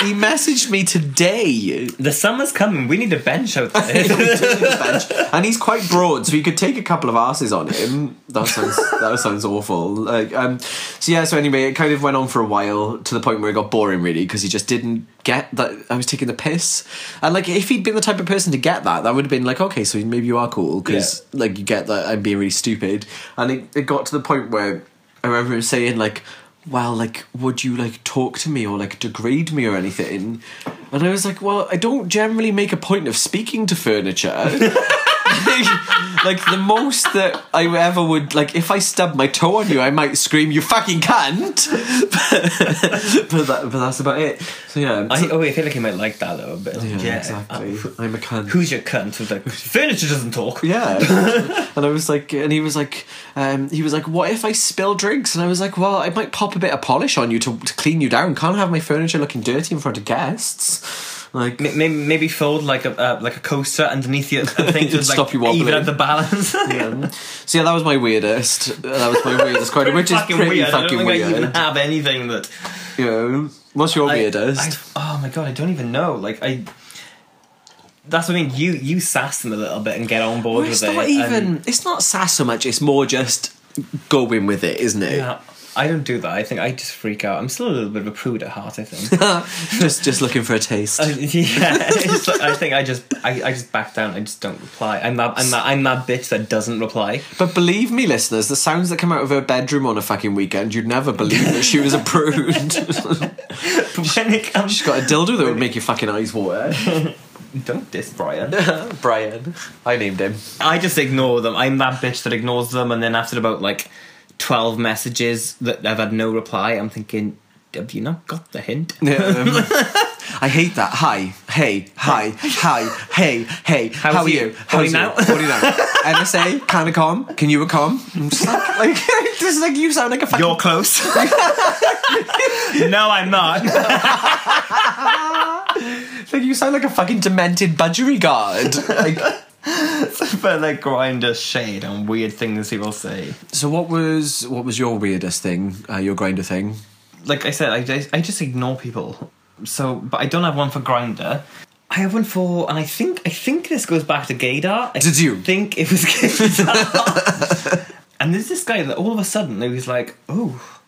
he, he messaged me today. The summer's coming. We need a bench out there. Bench. And he's quite broad, so you could take a couple of asses on him. That sounds that sounds awful. Like, um, so yeah. So anyway, it kind of went on for a while to the point where it got boring, really, because he just didn't get that I was taking the piss. And like, if he'd been the type of person to get that, that would have been like, okay, so maybe you are cool, because like you get that I'm being really stupid. And it, it got to the point where I remember him saying like. Well, like, would you like talk to me or like degrade me or anything? And I was like, well, I don't generally make a point of speaking to furniture like, like, the most that I ever would like if I stubbed my toe on you, I might scream, "You fucking cunt!" but, but, that, but that's about it. So yeah, I, uh, so- oh, I feel like he might like that a little bit. yeah, Like, exactly. I'm a cunt. Who's your cunt? With like, furniture doesn't talk. yeah, and I was like, and he was like, um, he was like, "What if I spill drinks?" And I was like, "Well, I might pop a bit of polish on you to, to clean you down. Can't have my furniture looking dirty in front of guests." Like, Maybe, maybe fold like a uh, like a coaster underneath your thing to like, Stop you wobbling. even out the balance. um, so yeah, that was my weirdest. That was my weirdest quote, which is fucking pretty weird. I fucking don't think weird. I even have anything that You know, what's your I- weirdest? I- oh my god, I don't even know. Like I, that's what I mean. You you sass them a little bit and get on board Well, it's with it. um, not and- even. It's not sass so much. It's more just going with it, isn't it? Yeah, I don't do that. I think I just freak out. I'm still a little bit of a prude at heart. I think. just just looking for a taste. I- yeah, it's like- I think I just I, I just back down. I just don't reply. I'm that I'm that I'm that bitch that doesn't reply. but believe me, listeners, the sounds that come out of her bedroom on a fucking weekend, you'd never believe that she was a prude. But when it comes, She's got a dildo that would make your fucking eyes water. don't diss Brian. Brian, I named him. I just ignore them. I'm that bitch that ignores them, and then after about like twelve messages that I've had no reply, I'm thinking, have you not got the hint? Um, I hate that. Hi, hey, hi, hi, hey, hey, How's how are you? you? How's Holding out? Holding out. NSA, can I come? Can you a come? I'm just like, like, this is like you sound like a fucking You're close. no, I'm not. Like you sound like a fucking demented budgery guard. like, but like grinder shade and weird things people say. so what was what was your weirdest thing? Uh, your grinder thing? Like I said, I just, I just ignore people. So, but I don't have one for grinder. I have one for, and I think I think this goes back to Gaydar. I Did you? think it was Gaydar? And there's this guy that all of a sudden he was like, "Oh,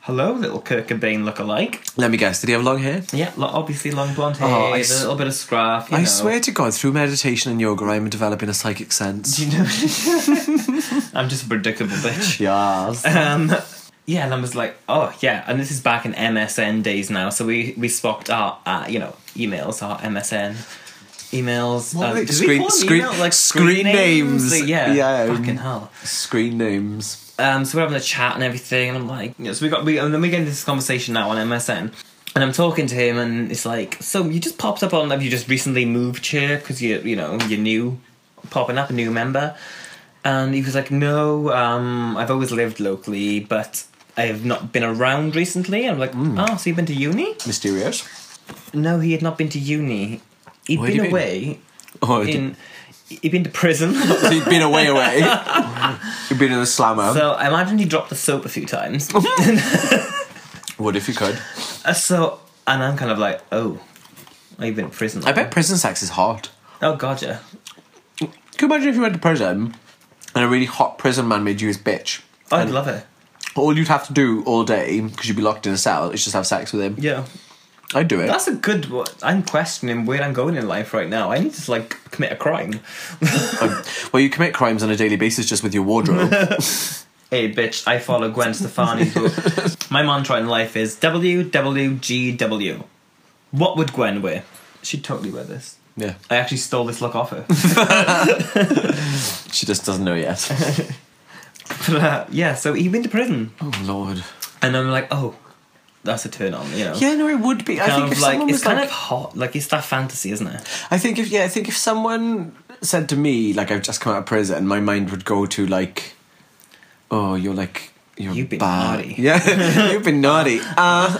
hello, little Kirk and Bane look-alike." Let me guess. Did he have long hair? Yeah, lo- obviously long blonde hair, Oh, I a s- little bit of scruff. You I know. swear to God, through meditation and yoga, I'm developing a psychic sense. You know? I'm just a predictable bitch. Yes. Uh, Uh, Um, yeah, and I was like, oh yeah, and this is back in MSN days now, so we we swapped our uh, you know emails, our MSN emails. What were they- did we screen- call them screen- email? like screen names. Like, yeah, Yeah, um, fucking hell. Screen names. Um, so we're having a chat and everything, and I'm like, yeah, so we got we and then we get into this conversation now on MSN. and I'm talking to him, and it's like, so you just popped up on, have you just recently moved here because you, you know, you're new, popping up a new member, and he was like, no, um, I've always lived locally, but I have not been around recently. I'm like, Mm. oh, so you've been to uni? Mysterious. No, he had not been to uni. he had Where'd he been? been away Oh, in, he'd been to prison. you've been away, away. you've been in a slammer. so I imagine he dropped the soap a few times. what if you could? Uh, so, and I'm kind of like, oh, I've been in prison. I bet prison sex is hot. Oh, God, yeah. Can you imagine if you went to prison and a really hot prison man made you his bitch? I'd love it. All you'd have to do all day, because you'd be locked in a cell, is just have sex with him. Yeah. I'd do it. That's a good. one. I'm questioning where I'm going in life right now. I need to like commit a crime. well, you commit crimes on a daily basis just with your wardrobe. Hey, bitch! I follow Gwen Stefani. My mantra in life is WWGW. What would Gwen wear? She'd totally wear this. yeah. I actually stole this look off her. She just doesn't know yet. But, uh, yeah, so he went to prison, oh, Lord. and I'm like, oh, that's a turn on, you know. Yeah, no, it would be. I Kind think of if like someone it's was kind like, of hot, like it's that fantasy, isn't it? I think if yeah, I think if someone said to me like I've just come out of prison, my mind would go to like, oh, you're like you're You've been bad. naughty. Yeah, you've been naughty. Uh,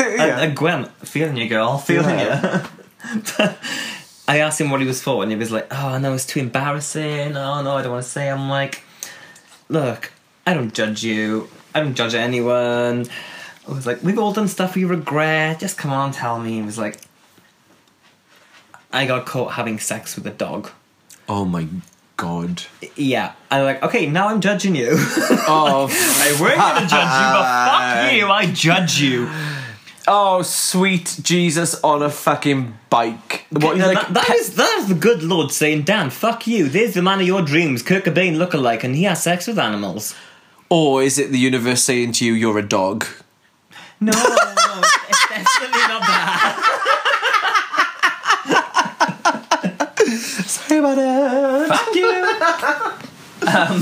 And, uh, Gwen, feeling you, girl, feeling you. I asked him what he was for, and he was like, "Oh no, it's too embarrassing. Oh no, I don't want to say." I'm like, "Look, I don't judge you. I don't judge anyone." I was like, "We've all done stuff we regret. Just come on, tell me." He was like, "I got caught having sex with a dog." oh my god. Yeah, I'm like, "Okay, now I'm judging you." Oh, I f- weren't gonna judge you, but fuck you, I judge you. oh, sweet Jesus on a fucking bike. What No, like? that, that is that is the good Lord saying, "Dan, fuck you. There's the man of your dreams, Kirk Cobain lookalike, and he has sex with animals." or is it the universe saying to you, "You're a dog"? No, no, no, it's definitely not that. Sorry about it. Fuck you. Um,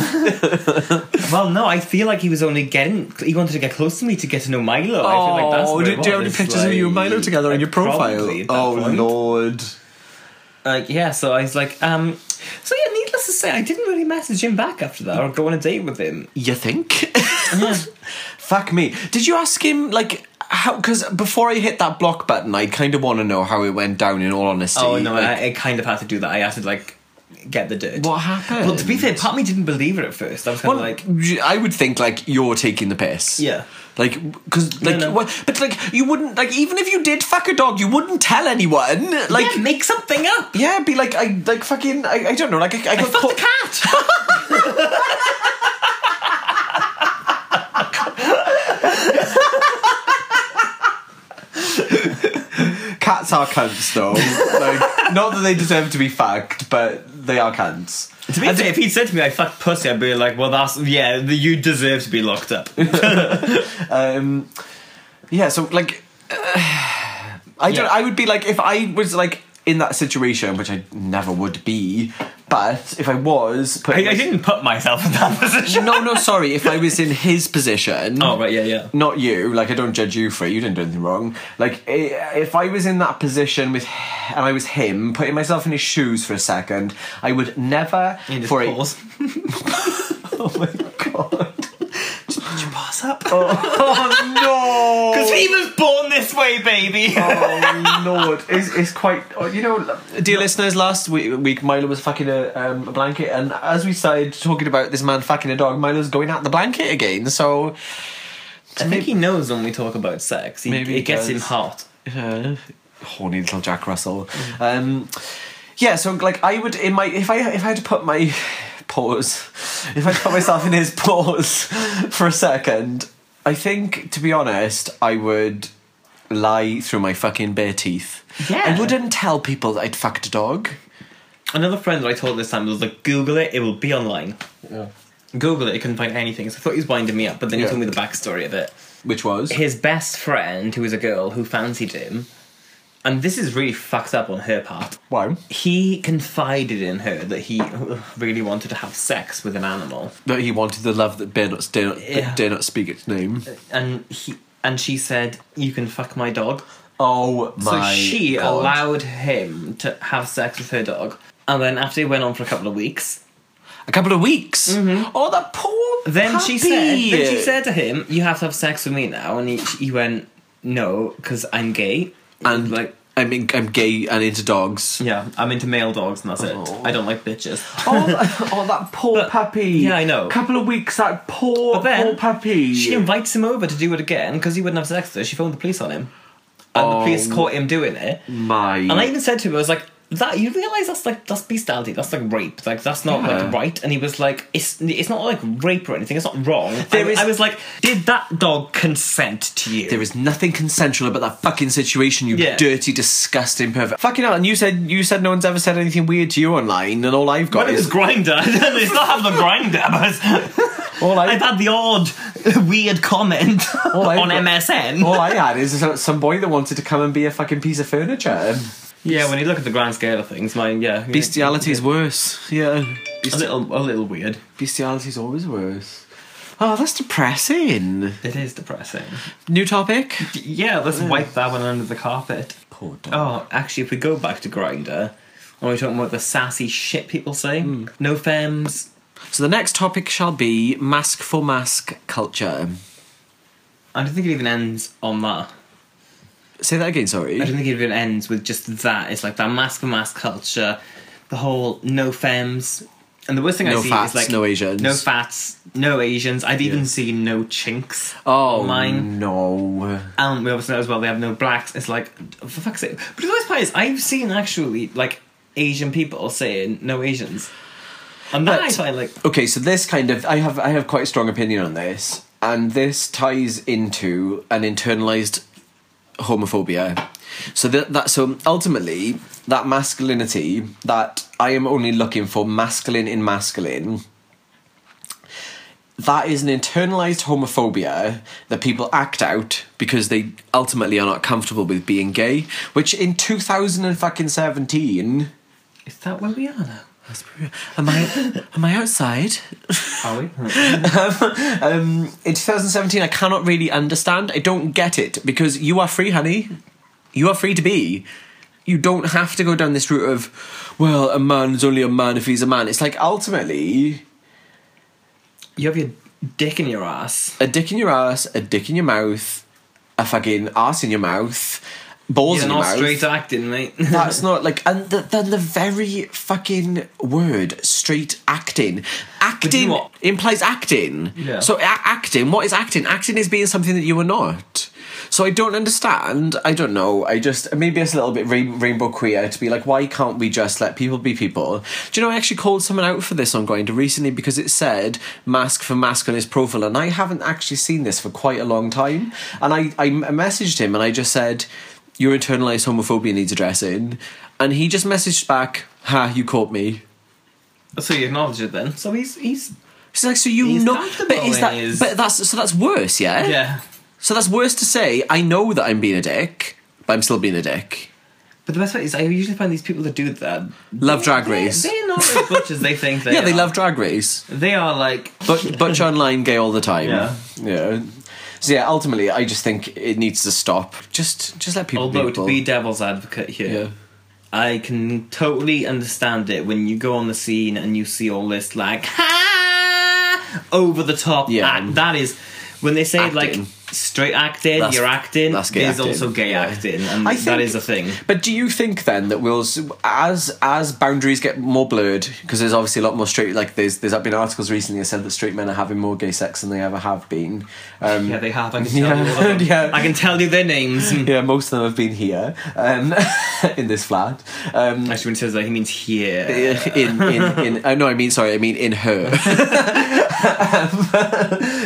well, no, I feel like he was only getting. He wanted to get close to me to get to know Milo. I feel like that's Oh, where do, it do you have was. any It's pictures of you and Milo like- uh, together on your profile? Probably at that Oh point. lord. Like yeah, so I was like, um, so yeah. Needless to say, I didn't really message him back after that or go on a date with him. You think? Fuck me. Did you ask him, like, how? Because before I hit that block button, I kind of want to know how it went down, in all honesty. Oh no, Like, I, I kind of had to do that. I had to like get the dirt. What happened? Well, to be fair, part of me didn't believe it at first. I was kind Well, of like, I would think, like, you're taking the piss. yeah. Like, because, like, no. what? But, like, you wouldn't, like, even if you did fuck a dog, you wouldn't tell anyone. Like, yeah, make something up. yeah, be like, I, like, fucking, I, I don't know, like, I, I I got fucked a caught. cat. Cats are cunts, though. like, not that they deserve to be fucked, but they are cunts. to be fair, if he'd said to me, I fucked pussy, I'd be like, well, that's, yeah, the, you deserve to be locked up. Um, yeah, so like, uh, I don't. Yeah. I would be like if I was like in that situation, which I never would be. But if I was, putting I, I didn't put myself in that position. no, Mm, no, sorry. If I was in his position, Oh, right, yeah, yeah. not you. Like I don't judge you for it. You didn't do anything wrong. Like i- if I was in that position with, h- and I was him, putting myself in his shoes for a second, I would never You just for a- pause. Oh Did you pass up? no. Because he was born this way, baby. oh lord, it's, it's quite. oh, You know, dear listeners, last week, week Milo was fucking a, um, a blanket, and as we started talking about this man fucking a dog, Milo's going at the blanket again. So, I think he knows when we talk about sex. He, Maybe it he gets does. him hot. uh, horny little Jack Russell. Um, yeah, so like I would in my if I if I had to put my paws, if I put myself in his paws for a second, I think to be honest, I would lie through my fucking bare teeth. Yeah. I wouldn't tell people that I'd fucked a dog. Another friend that I told this time was like, Google it, it will be online. Google it, he couldn't find anything. So I thought he was winding me up, but then he Yeah. told me the backstory of it. Which was His best friend, who was a girl who fancied him, and this is really fucked up on her part. wow. He confided in her that he really wanted to have sex with an animal. That he wanted the love that dare not dare not, Yeah. Uh, dare not speak its name. And he and she said, You can fuck my dog. Oh my! so she God. allowed him to have sex with her dog. And then after it went on for a couple of weeks, a couple of weeks. Oh, that poor. Mm-hmm. Then puppy. she said, then she said to him, "You have to have sex with me now," and he, he went, "No, because I'm gay." and like, like I mean, I'm gay and into dogs. yeah, I'm into male dogs, and that's Oh. it. I don't like bitches. Oh, that- oh, that poor But- puppy. yeah, I know. Couple of weeks, that poor, But then poor puppy. She invites him over to do it again because he wouldn't have sex with her. She phoned the police on him, and the Oh. police caught him doing it. my. And I even said to him, I was like, "That you realize that's like that's bestiality. That's like rape. Like that's not Yeah. like right." And he was like, "It's it's not like rape or anything. It's not wrong." There I, is- I was like, "Did that dog consent to you?" there is nothing consensual about that fucking situation, you Yeah. dirty, disgusting pervert. Fucking hell! And you said you said no one's ever said anything weird to you online, and all I've got But it is was grinder. it's not have the grinder, but all I've I've had the odd weird comment All I've on got- MSN. All I had is some- some boy that wanted to come and be a fucking piece of furniture. yeah, when you look at the grand scale of things, mine, yeah, Bestiality is worse. Yeah. a little, a little weird. Bestiality is always worse. Oh, that's depressing. It is depressing. New topic? Yeah, let's wipe that one under the carpet. Poor dog. Oh, actually, if we go back to grinder, when we're talking about the sassy shit people say, Hmm. no femmes. So the next topic shall be mask for mask culture. I don't think it even ends on that. Say that again, I don't sorry. think it even ends with just that. It's like that mask for mask culture, the whole no femmes. And the worst thing I No see fats, is like no Asians. no fats, no Asians. I've even seen no chinks Oh, online. no. Um, we obviously know as well they have no blacks. It's like for fuck's sake. But the worst part is I've seen actually like Asian people saying no Asians, and that But- I find like Okay, so this kind of I have I have quite a strong opinion on this, and this ties into an internalized homophobia. So that, that so ultimately that masculinity that I am only looking for masculine in masculine. That is an internalized homophobia that people act out because they ultimately are not comfortable with being gay. Which in two thousand and fucking seventeen, is that where we are now? am I am I outside? Are we? Hmm. um, in 2017, I cannot really understand. I don't get it because you are free, honey. You are free to be. You don't have to go down this route of, well, a man's only a man if he's a man. It's like ultimately you have your dick in your ass. a dick in your ass, a dick in your mouth, a fucking ass in your mouth, balls You're in your not mouth. straight acting, mate. That's not like, and the, then the very fucking word straight acting. Acting what? implies acting. Yeah. So a- acting, what is acting? Acting is being something that you are not. So I don't understand. I don't know. I just maybe it's a little bit rain, rainbow queer to be like, why can't we just let people be people? Do you know I actually called someone out for this on Grindr recently because it said mask for mask on his profile, and I haven't actually seen this for quite a long time. And I I messaged him and I just said, your internalized homophobia needs addressing, and he just messaged back, ha, you caught me. so you acknowledge it then. So he's he's It's like so you He's know, comfortable but is in that his- but that's so that's worse, yeah. yeah. So that's worse to say. I know that I'm being a dick, but I'm still being a dick. But the best part is, I usually find these people that do that Love Drag Race. They're, they're not as butch as they think they yeah, they are. love Drag Race. They are like But butch online gay all the time. Yeah. Yeah. So yeah, ultimately, I just think it needs to stop. Just, just let people. Although be people. to be devil's advocate here, Yeah. I can totally understand it when you go on the scene and you see all this like ha over the top. Yeah. act. that is when they say Acting. like straight acting, That's- you're acting. that's gay there's acting. also gay Yeah. acting, and I that think- is a thing. But do you think then that we'll as as boundaries get more blurred because there's obviously a lot more straight like there's there's been articles recently that said that straight men are having more gay sex than they ever have been. Um, Yeah, they have. I can tell Yeah. you. all of them. Yeah. I can tell you their names. Mm, yeah, most of them have been here um, in this flat. Um, Actually, when he says that, he means here. in in in oh no i mean sorry i mean in her Um,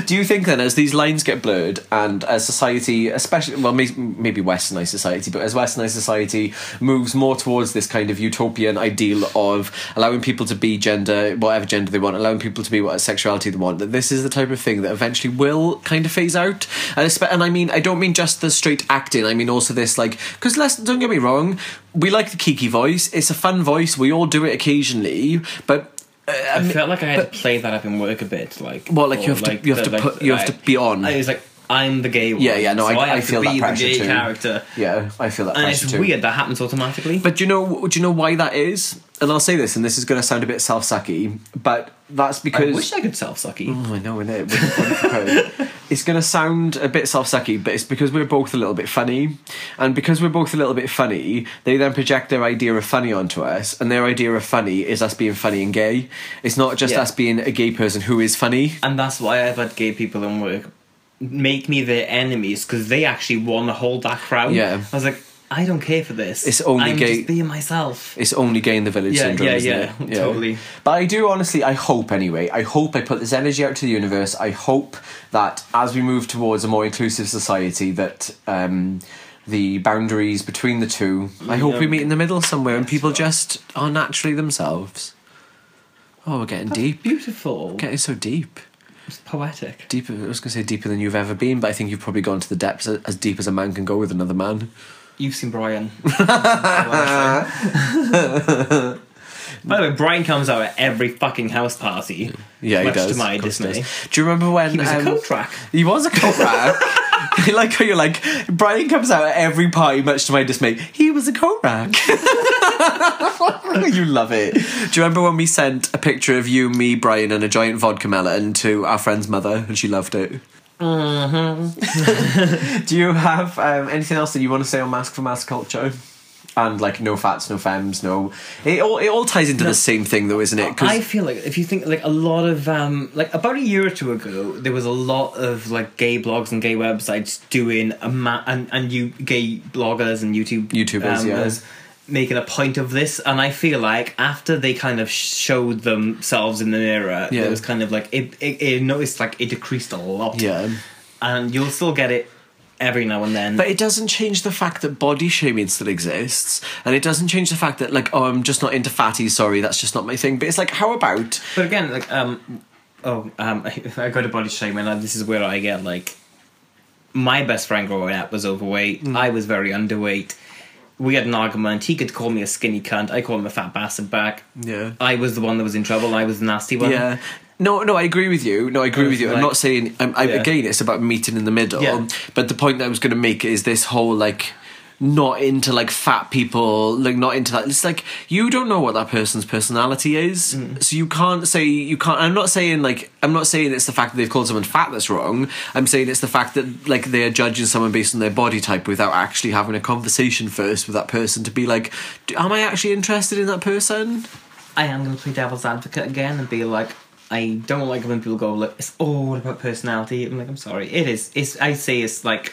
do you think then as these lines get blurred and as society especially well may- maybe westernized society but as westernized society moves more towards this kind of utopian ideal of allowing people to be gender whatever gender they want allowing people to be what sexuality they want that this is the type of thing that eventually will kind of phase out and, espe- and i mean i don't mean just the straight acting i mean also this like because let's don't get me wrong we like the kiki voice it's a fun voice we all do it occasionally but I felt like I had to play that up in work a bit. Like Well, like, you or, have to- you have that- to put- you have to be on. I was like, I'm the gay one. Yeah, yeah, no, so I- I, have I feel to that be pressure the gay too. character. yeah i feel that And pressure it's too. weird that happens automatically. But do you know? Do you know why that is? And I'll say this, and this is going to sound a bit self-sucky, but that's I because wish I could self sucky. Oh, I know, innit? We're- it's going to sound a bit self sucky, but it's because we're both a little bit funny. And because we're both a little bit funny, they then project their idea of funny onto us. And their idea of funny is us being funny and gay. It's not just Yeah. us being a gay person who is funny. And that's why I've had gay people in work make me their enemies because they actually want to hold that crowd. Yeah. I was like, I don't care for this. It's only I'm gay- Just being myself. It's only gay in the village Yeah, syndrome, yeah, isn't yeah, it? totally. But I do honestly, I hope anyway. I hope I put this energy out to the universe. I hope that as we move towards a more inclusive society, that um, the boundaries between the two. I hope we meet in the middle somewhere, and people just are naturally themselves. Oh, we're getting deep. Beautiful. Getting so deep. It's poetic. Deeper. I was going to say deeper than you've ever been, but I think you've probably gone to the depths a- as deep as a man can go with another man. You've seen Brian. By the way, Brian comes out at every fucking house party. Yeah, much he does. To my Of course he dismay. does. Do you remember when He was a um, coat rack. He was a coat rack. I like how you're like, Brian comes out at every party, much to my dismay. He was a coat rack. you love it. Do you remember when we sent a picture of you, me, Brian, and a giant vodka melon to our friend's mother, and she loved it? Mm-hmm. Do you have um, anything else that you want to say on Mask for Mask culture? And like no fats, no femmes, no. It all it all ties into the same thing though, isn't it? 'Cause- I feel like if you think like a lot of um like about a year or two ago, there was a lot of like gay blogs and gay websites doing a ma- and and you gay bloggers and YouTube YouTubers, yeah. as making a point of this, and I feel like after they kind of showed themselves in the mirror, Yeah. it was kind of like it, it, it noticed like it decreased a lot, yeah. and you'll still get it every now and then. But it doesn't change the fact that body shaming still exists, and it doesn't change the fact that like, oh, I'm just not into fatties. Sorry, that's just not my thing. But it's like, how about? But again, like, um, oh, um, I go to body shaming, and uh, this is where I get like, my best friend growing up was overweight. Mm. I was very underweight. We had an argument. He could call me a skinny cunt. I called him a fat bastard back. Yeah. I was the one that was in trouble. I was the nasty one. Yeah. No, no, I agree with you. No, I agree with you. I'm Like- not saying. I'm, I, Yeah. Again, it's about meeting in the middle. Yeah. But the point that I was going to make is this whole like, not into like fat people, like not into that. It's like you don't know what that person's personality is, Mm. so you can't say you can't. I'm not saying like I'm not saying it's the fact that they've called someone fat that's wrong. I'm saying it's the fact that like they are judging someone based on their body type without actually having a conversation first with that person to be like, "D- am I actually interested in that person? I am going to play devil's advocate again and be like, I don't like when people go like, it's all about personality. I'm like, I'm sorry, it is. It's. I say it's like,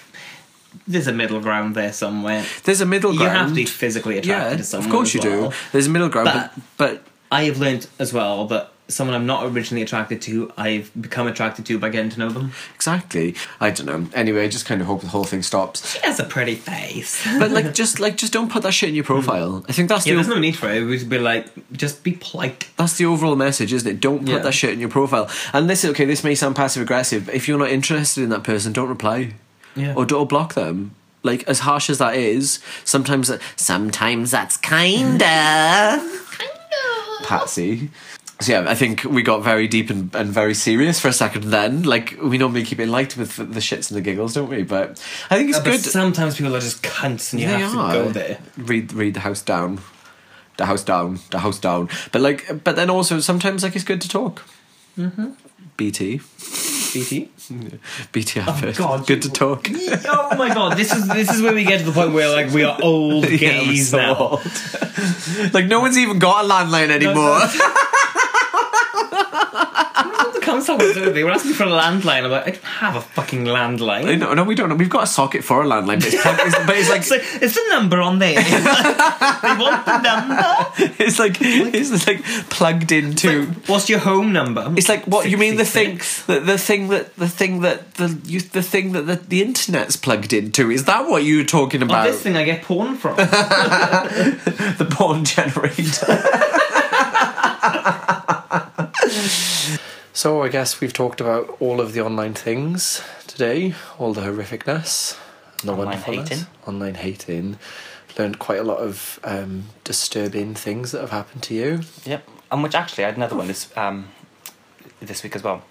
there's a middle ground there somewhere. There's a middle You ground. have to be physically attracted yeah, to someone. Of course you as do. well. There's a middle ground, but, but, I have learned as well that someone I'm not originally attracted to, I've become attracted to by getting to know them. exactly. I don't know. Anyway, I just kind of hope the whole thing stops. She has a pretty face. But like, just like, just don't put that shit in your profile. I think that's yeah, the there's no need for it. It would be like, just be polite. that's the overall message, isn't it? Don't put Yeah. that shit in your profile. And this okay, this may sound passive aggressive, but if you're not interested in that person, don't reply. Yeah. Or don't block them. like as harsh as that is, sometimes uh, sometimes that's kinda Patsy. So yeah, I think we got very deep and, and very serious for a second. Then, like we normally keep it light with the shits and the giggles, don't we? But I think it's Uh, but good. sometimes people are just cunts and you They have are. to go there. Read read the house down, the house down, the house down. But like, but then also sometimes like it's good to talk. Mm-hmm. BT, BT. BT effort. Oh, God, good to talk. oh my god, this is this is where we get to the point where like we are old Yeah, I'm gays so now. old. like no one's even got a landline anymore. The council was doing- they were asking for a landline. I'm like, I don't have a fucking landline. no, no, we don't. We've got a socket for a landline, but it's, plugged- it's- but it's like It's like, it's the number on there. they want the number. it's like it's like plugged into. What's your home number? It's like what you mean the thing 66? the, the thing that the thing that the you, the thing that the, the internet's plugged into is that what you're talking Oh, about this thing I get porn from. the porn generator So I guess we've talked about all of the online things today all the horrificness the Online wonderfulness, hating. online hating learned quite a lot of um, disturbing things that have happened to you yep. And which actually, I had another one this um, this week as well.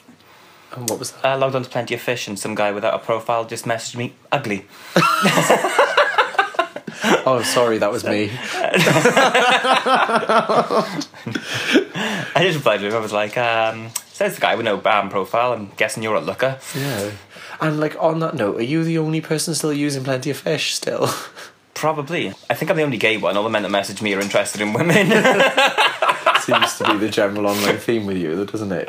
and what was that I logged on to Plenty of Fish, and some guy without a profile just messaged me ugly. Uh, oh sorry that was me I did reply to him. I was like, um, "Says the guy with no um, profile. I'm guessing you're a looker." Yeah. And like on that note, are you the only person still using plenty of fish still? Probably. I think I'm the only gay one. All the men that message me are interested in women. Seems to be the general online theme with you, though, doesn't it?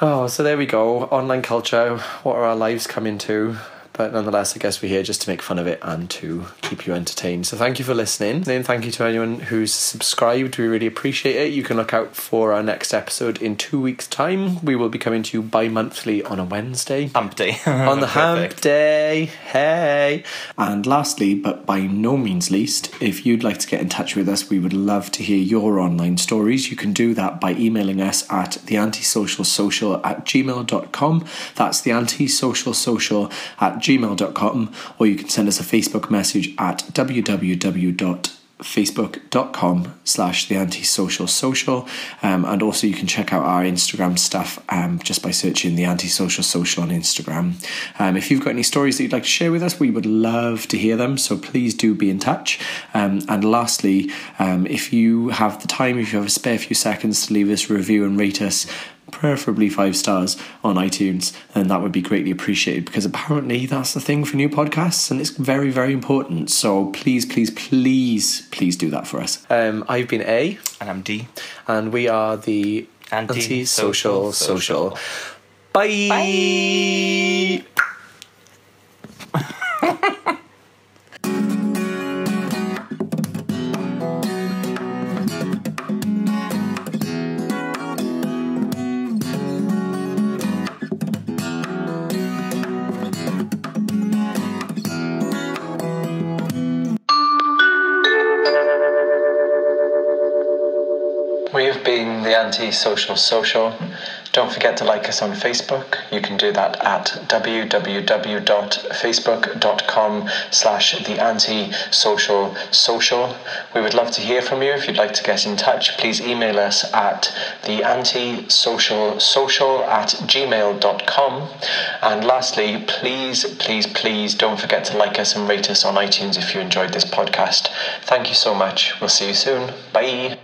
Oh, so there we go. Online culture, what are our lives coming to? But nonetheless, I guess we're here just to make fun of it and to keep you entertained. So thank you for listening. And thank you to anyone who's subscribed. We really appreciate it. You can look out for our next episode in two weeks' time. We will be coming to you bi monthly on a Wednesday. Hump day. on the hump Perfect. day. Hey. And lastly, but by no means least, if you'd like to get in touch with us, we would love to hear your online stories. You can do that by emailing us at theantisocialsocial at gmail.com. That's theantisocialsocial at gmail.com. Or you can send us a Facebook message at www facebook.com slash the antisocial social um, and also you can check out our instagram stuff um, just by searching the antisocial social on instagram um, if you've got any stories that you'd like to share with us we would love to hear them so please do be in touch um, and lastly um, if you have the time if you have a spare few seconds to leave us a review and rate us preferably five stars on iTunes, and that would be greatly appreciated because apparently that's the thing for new podcasts and it's very, very important. So please, please, please, please do that for us. Um, I've been A, and I'm D. and we are the Anti-Social Anti-Social Social. Social. Bye. We have been the Anti-Social Social. Don't forget to like us on Facebook. You can do that at www.facebook.com slash the Anti-Social Social. We would love to hear from you. If you'd like to get in touch, please email us at the antisocial social at gmail.com. And lastly, please, please, please don't forget to like us and rate us on iTunes if you enjoyed this podcast. Thank you so much. We'll see you soon. Bye.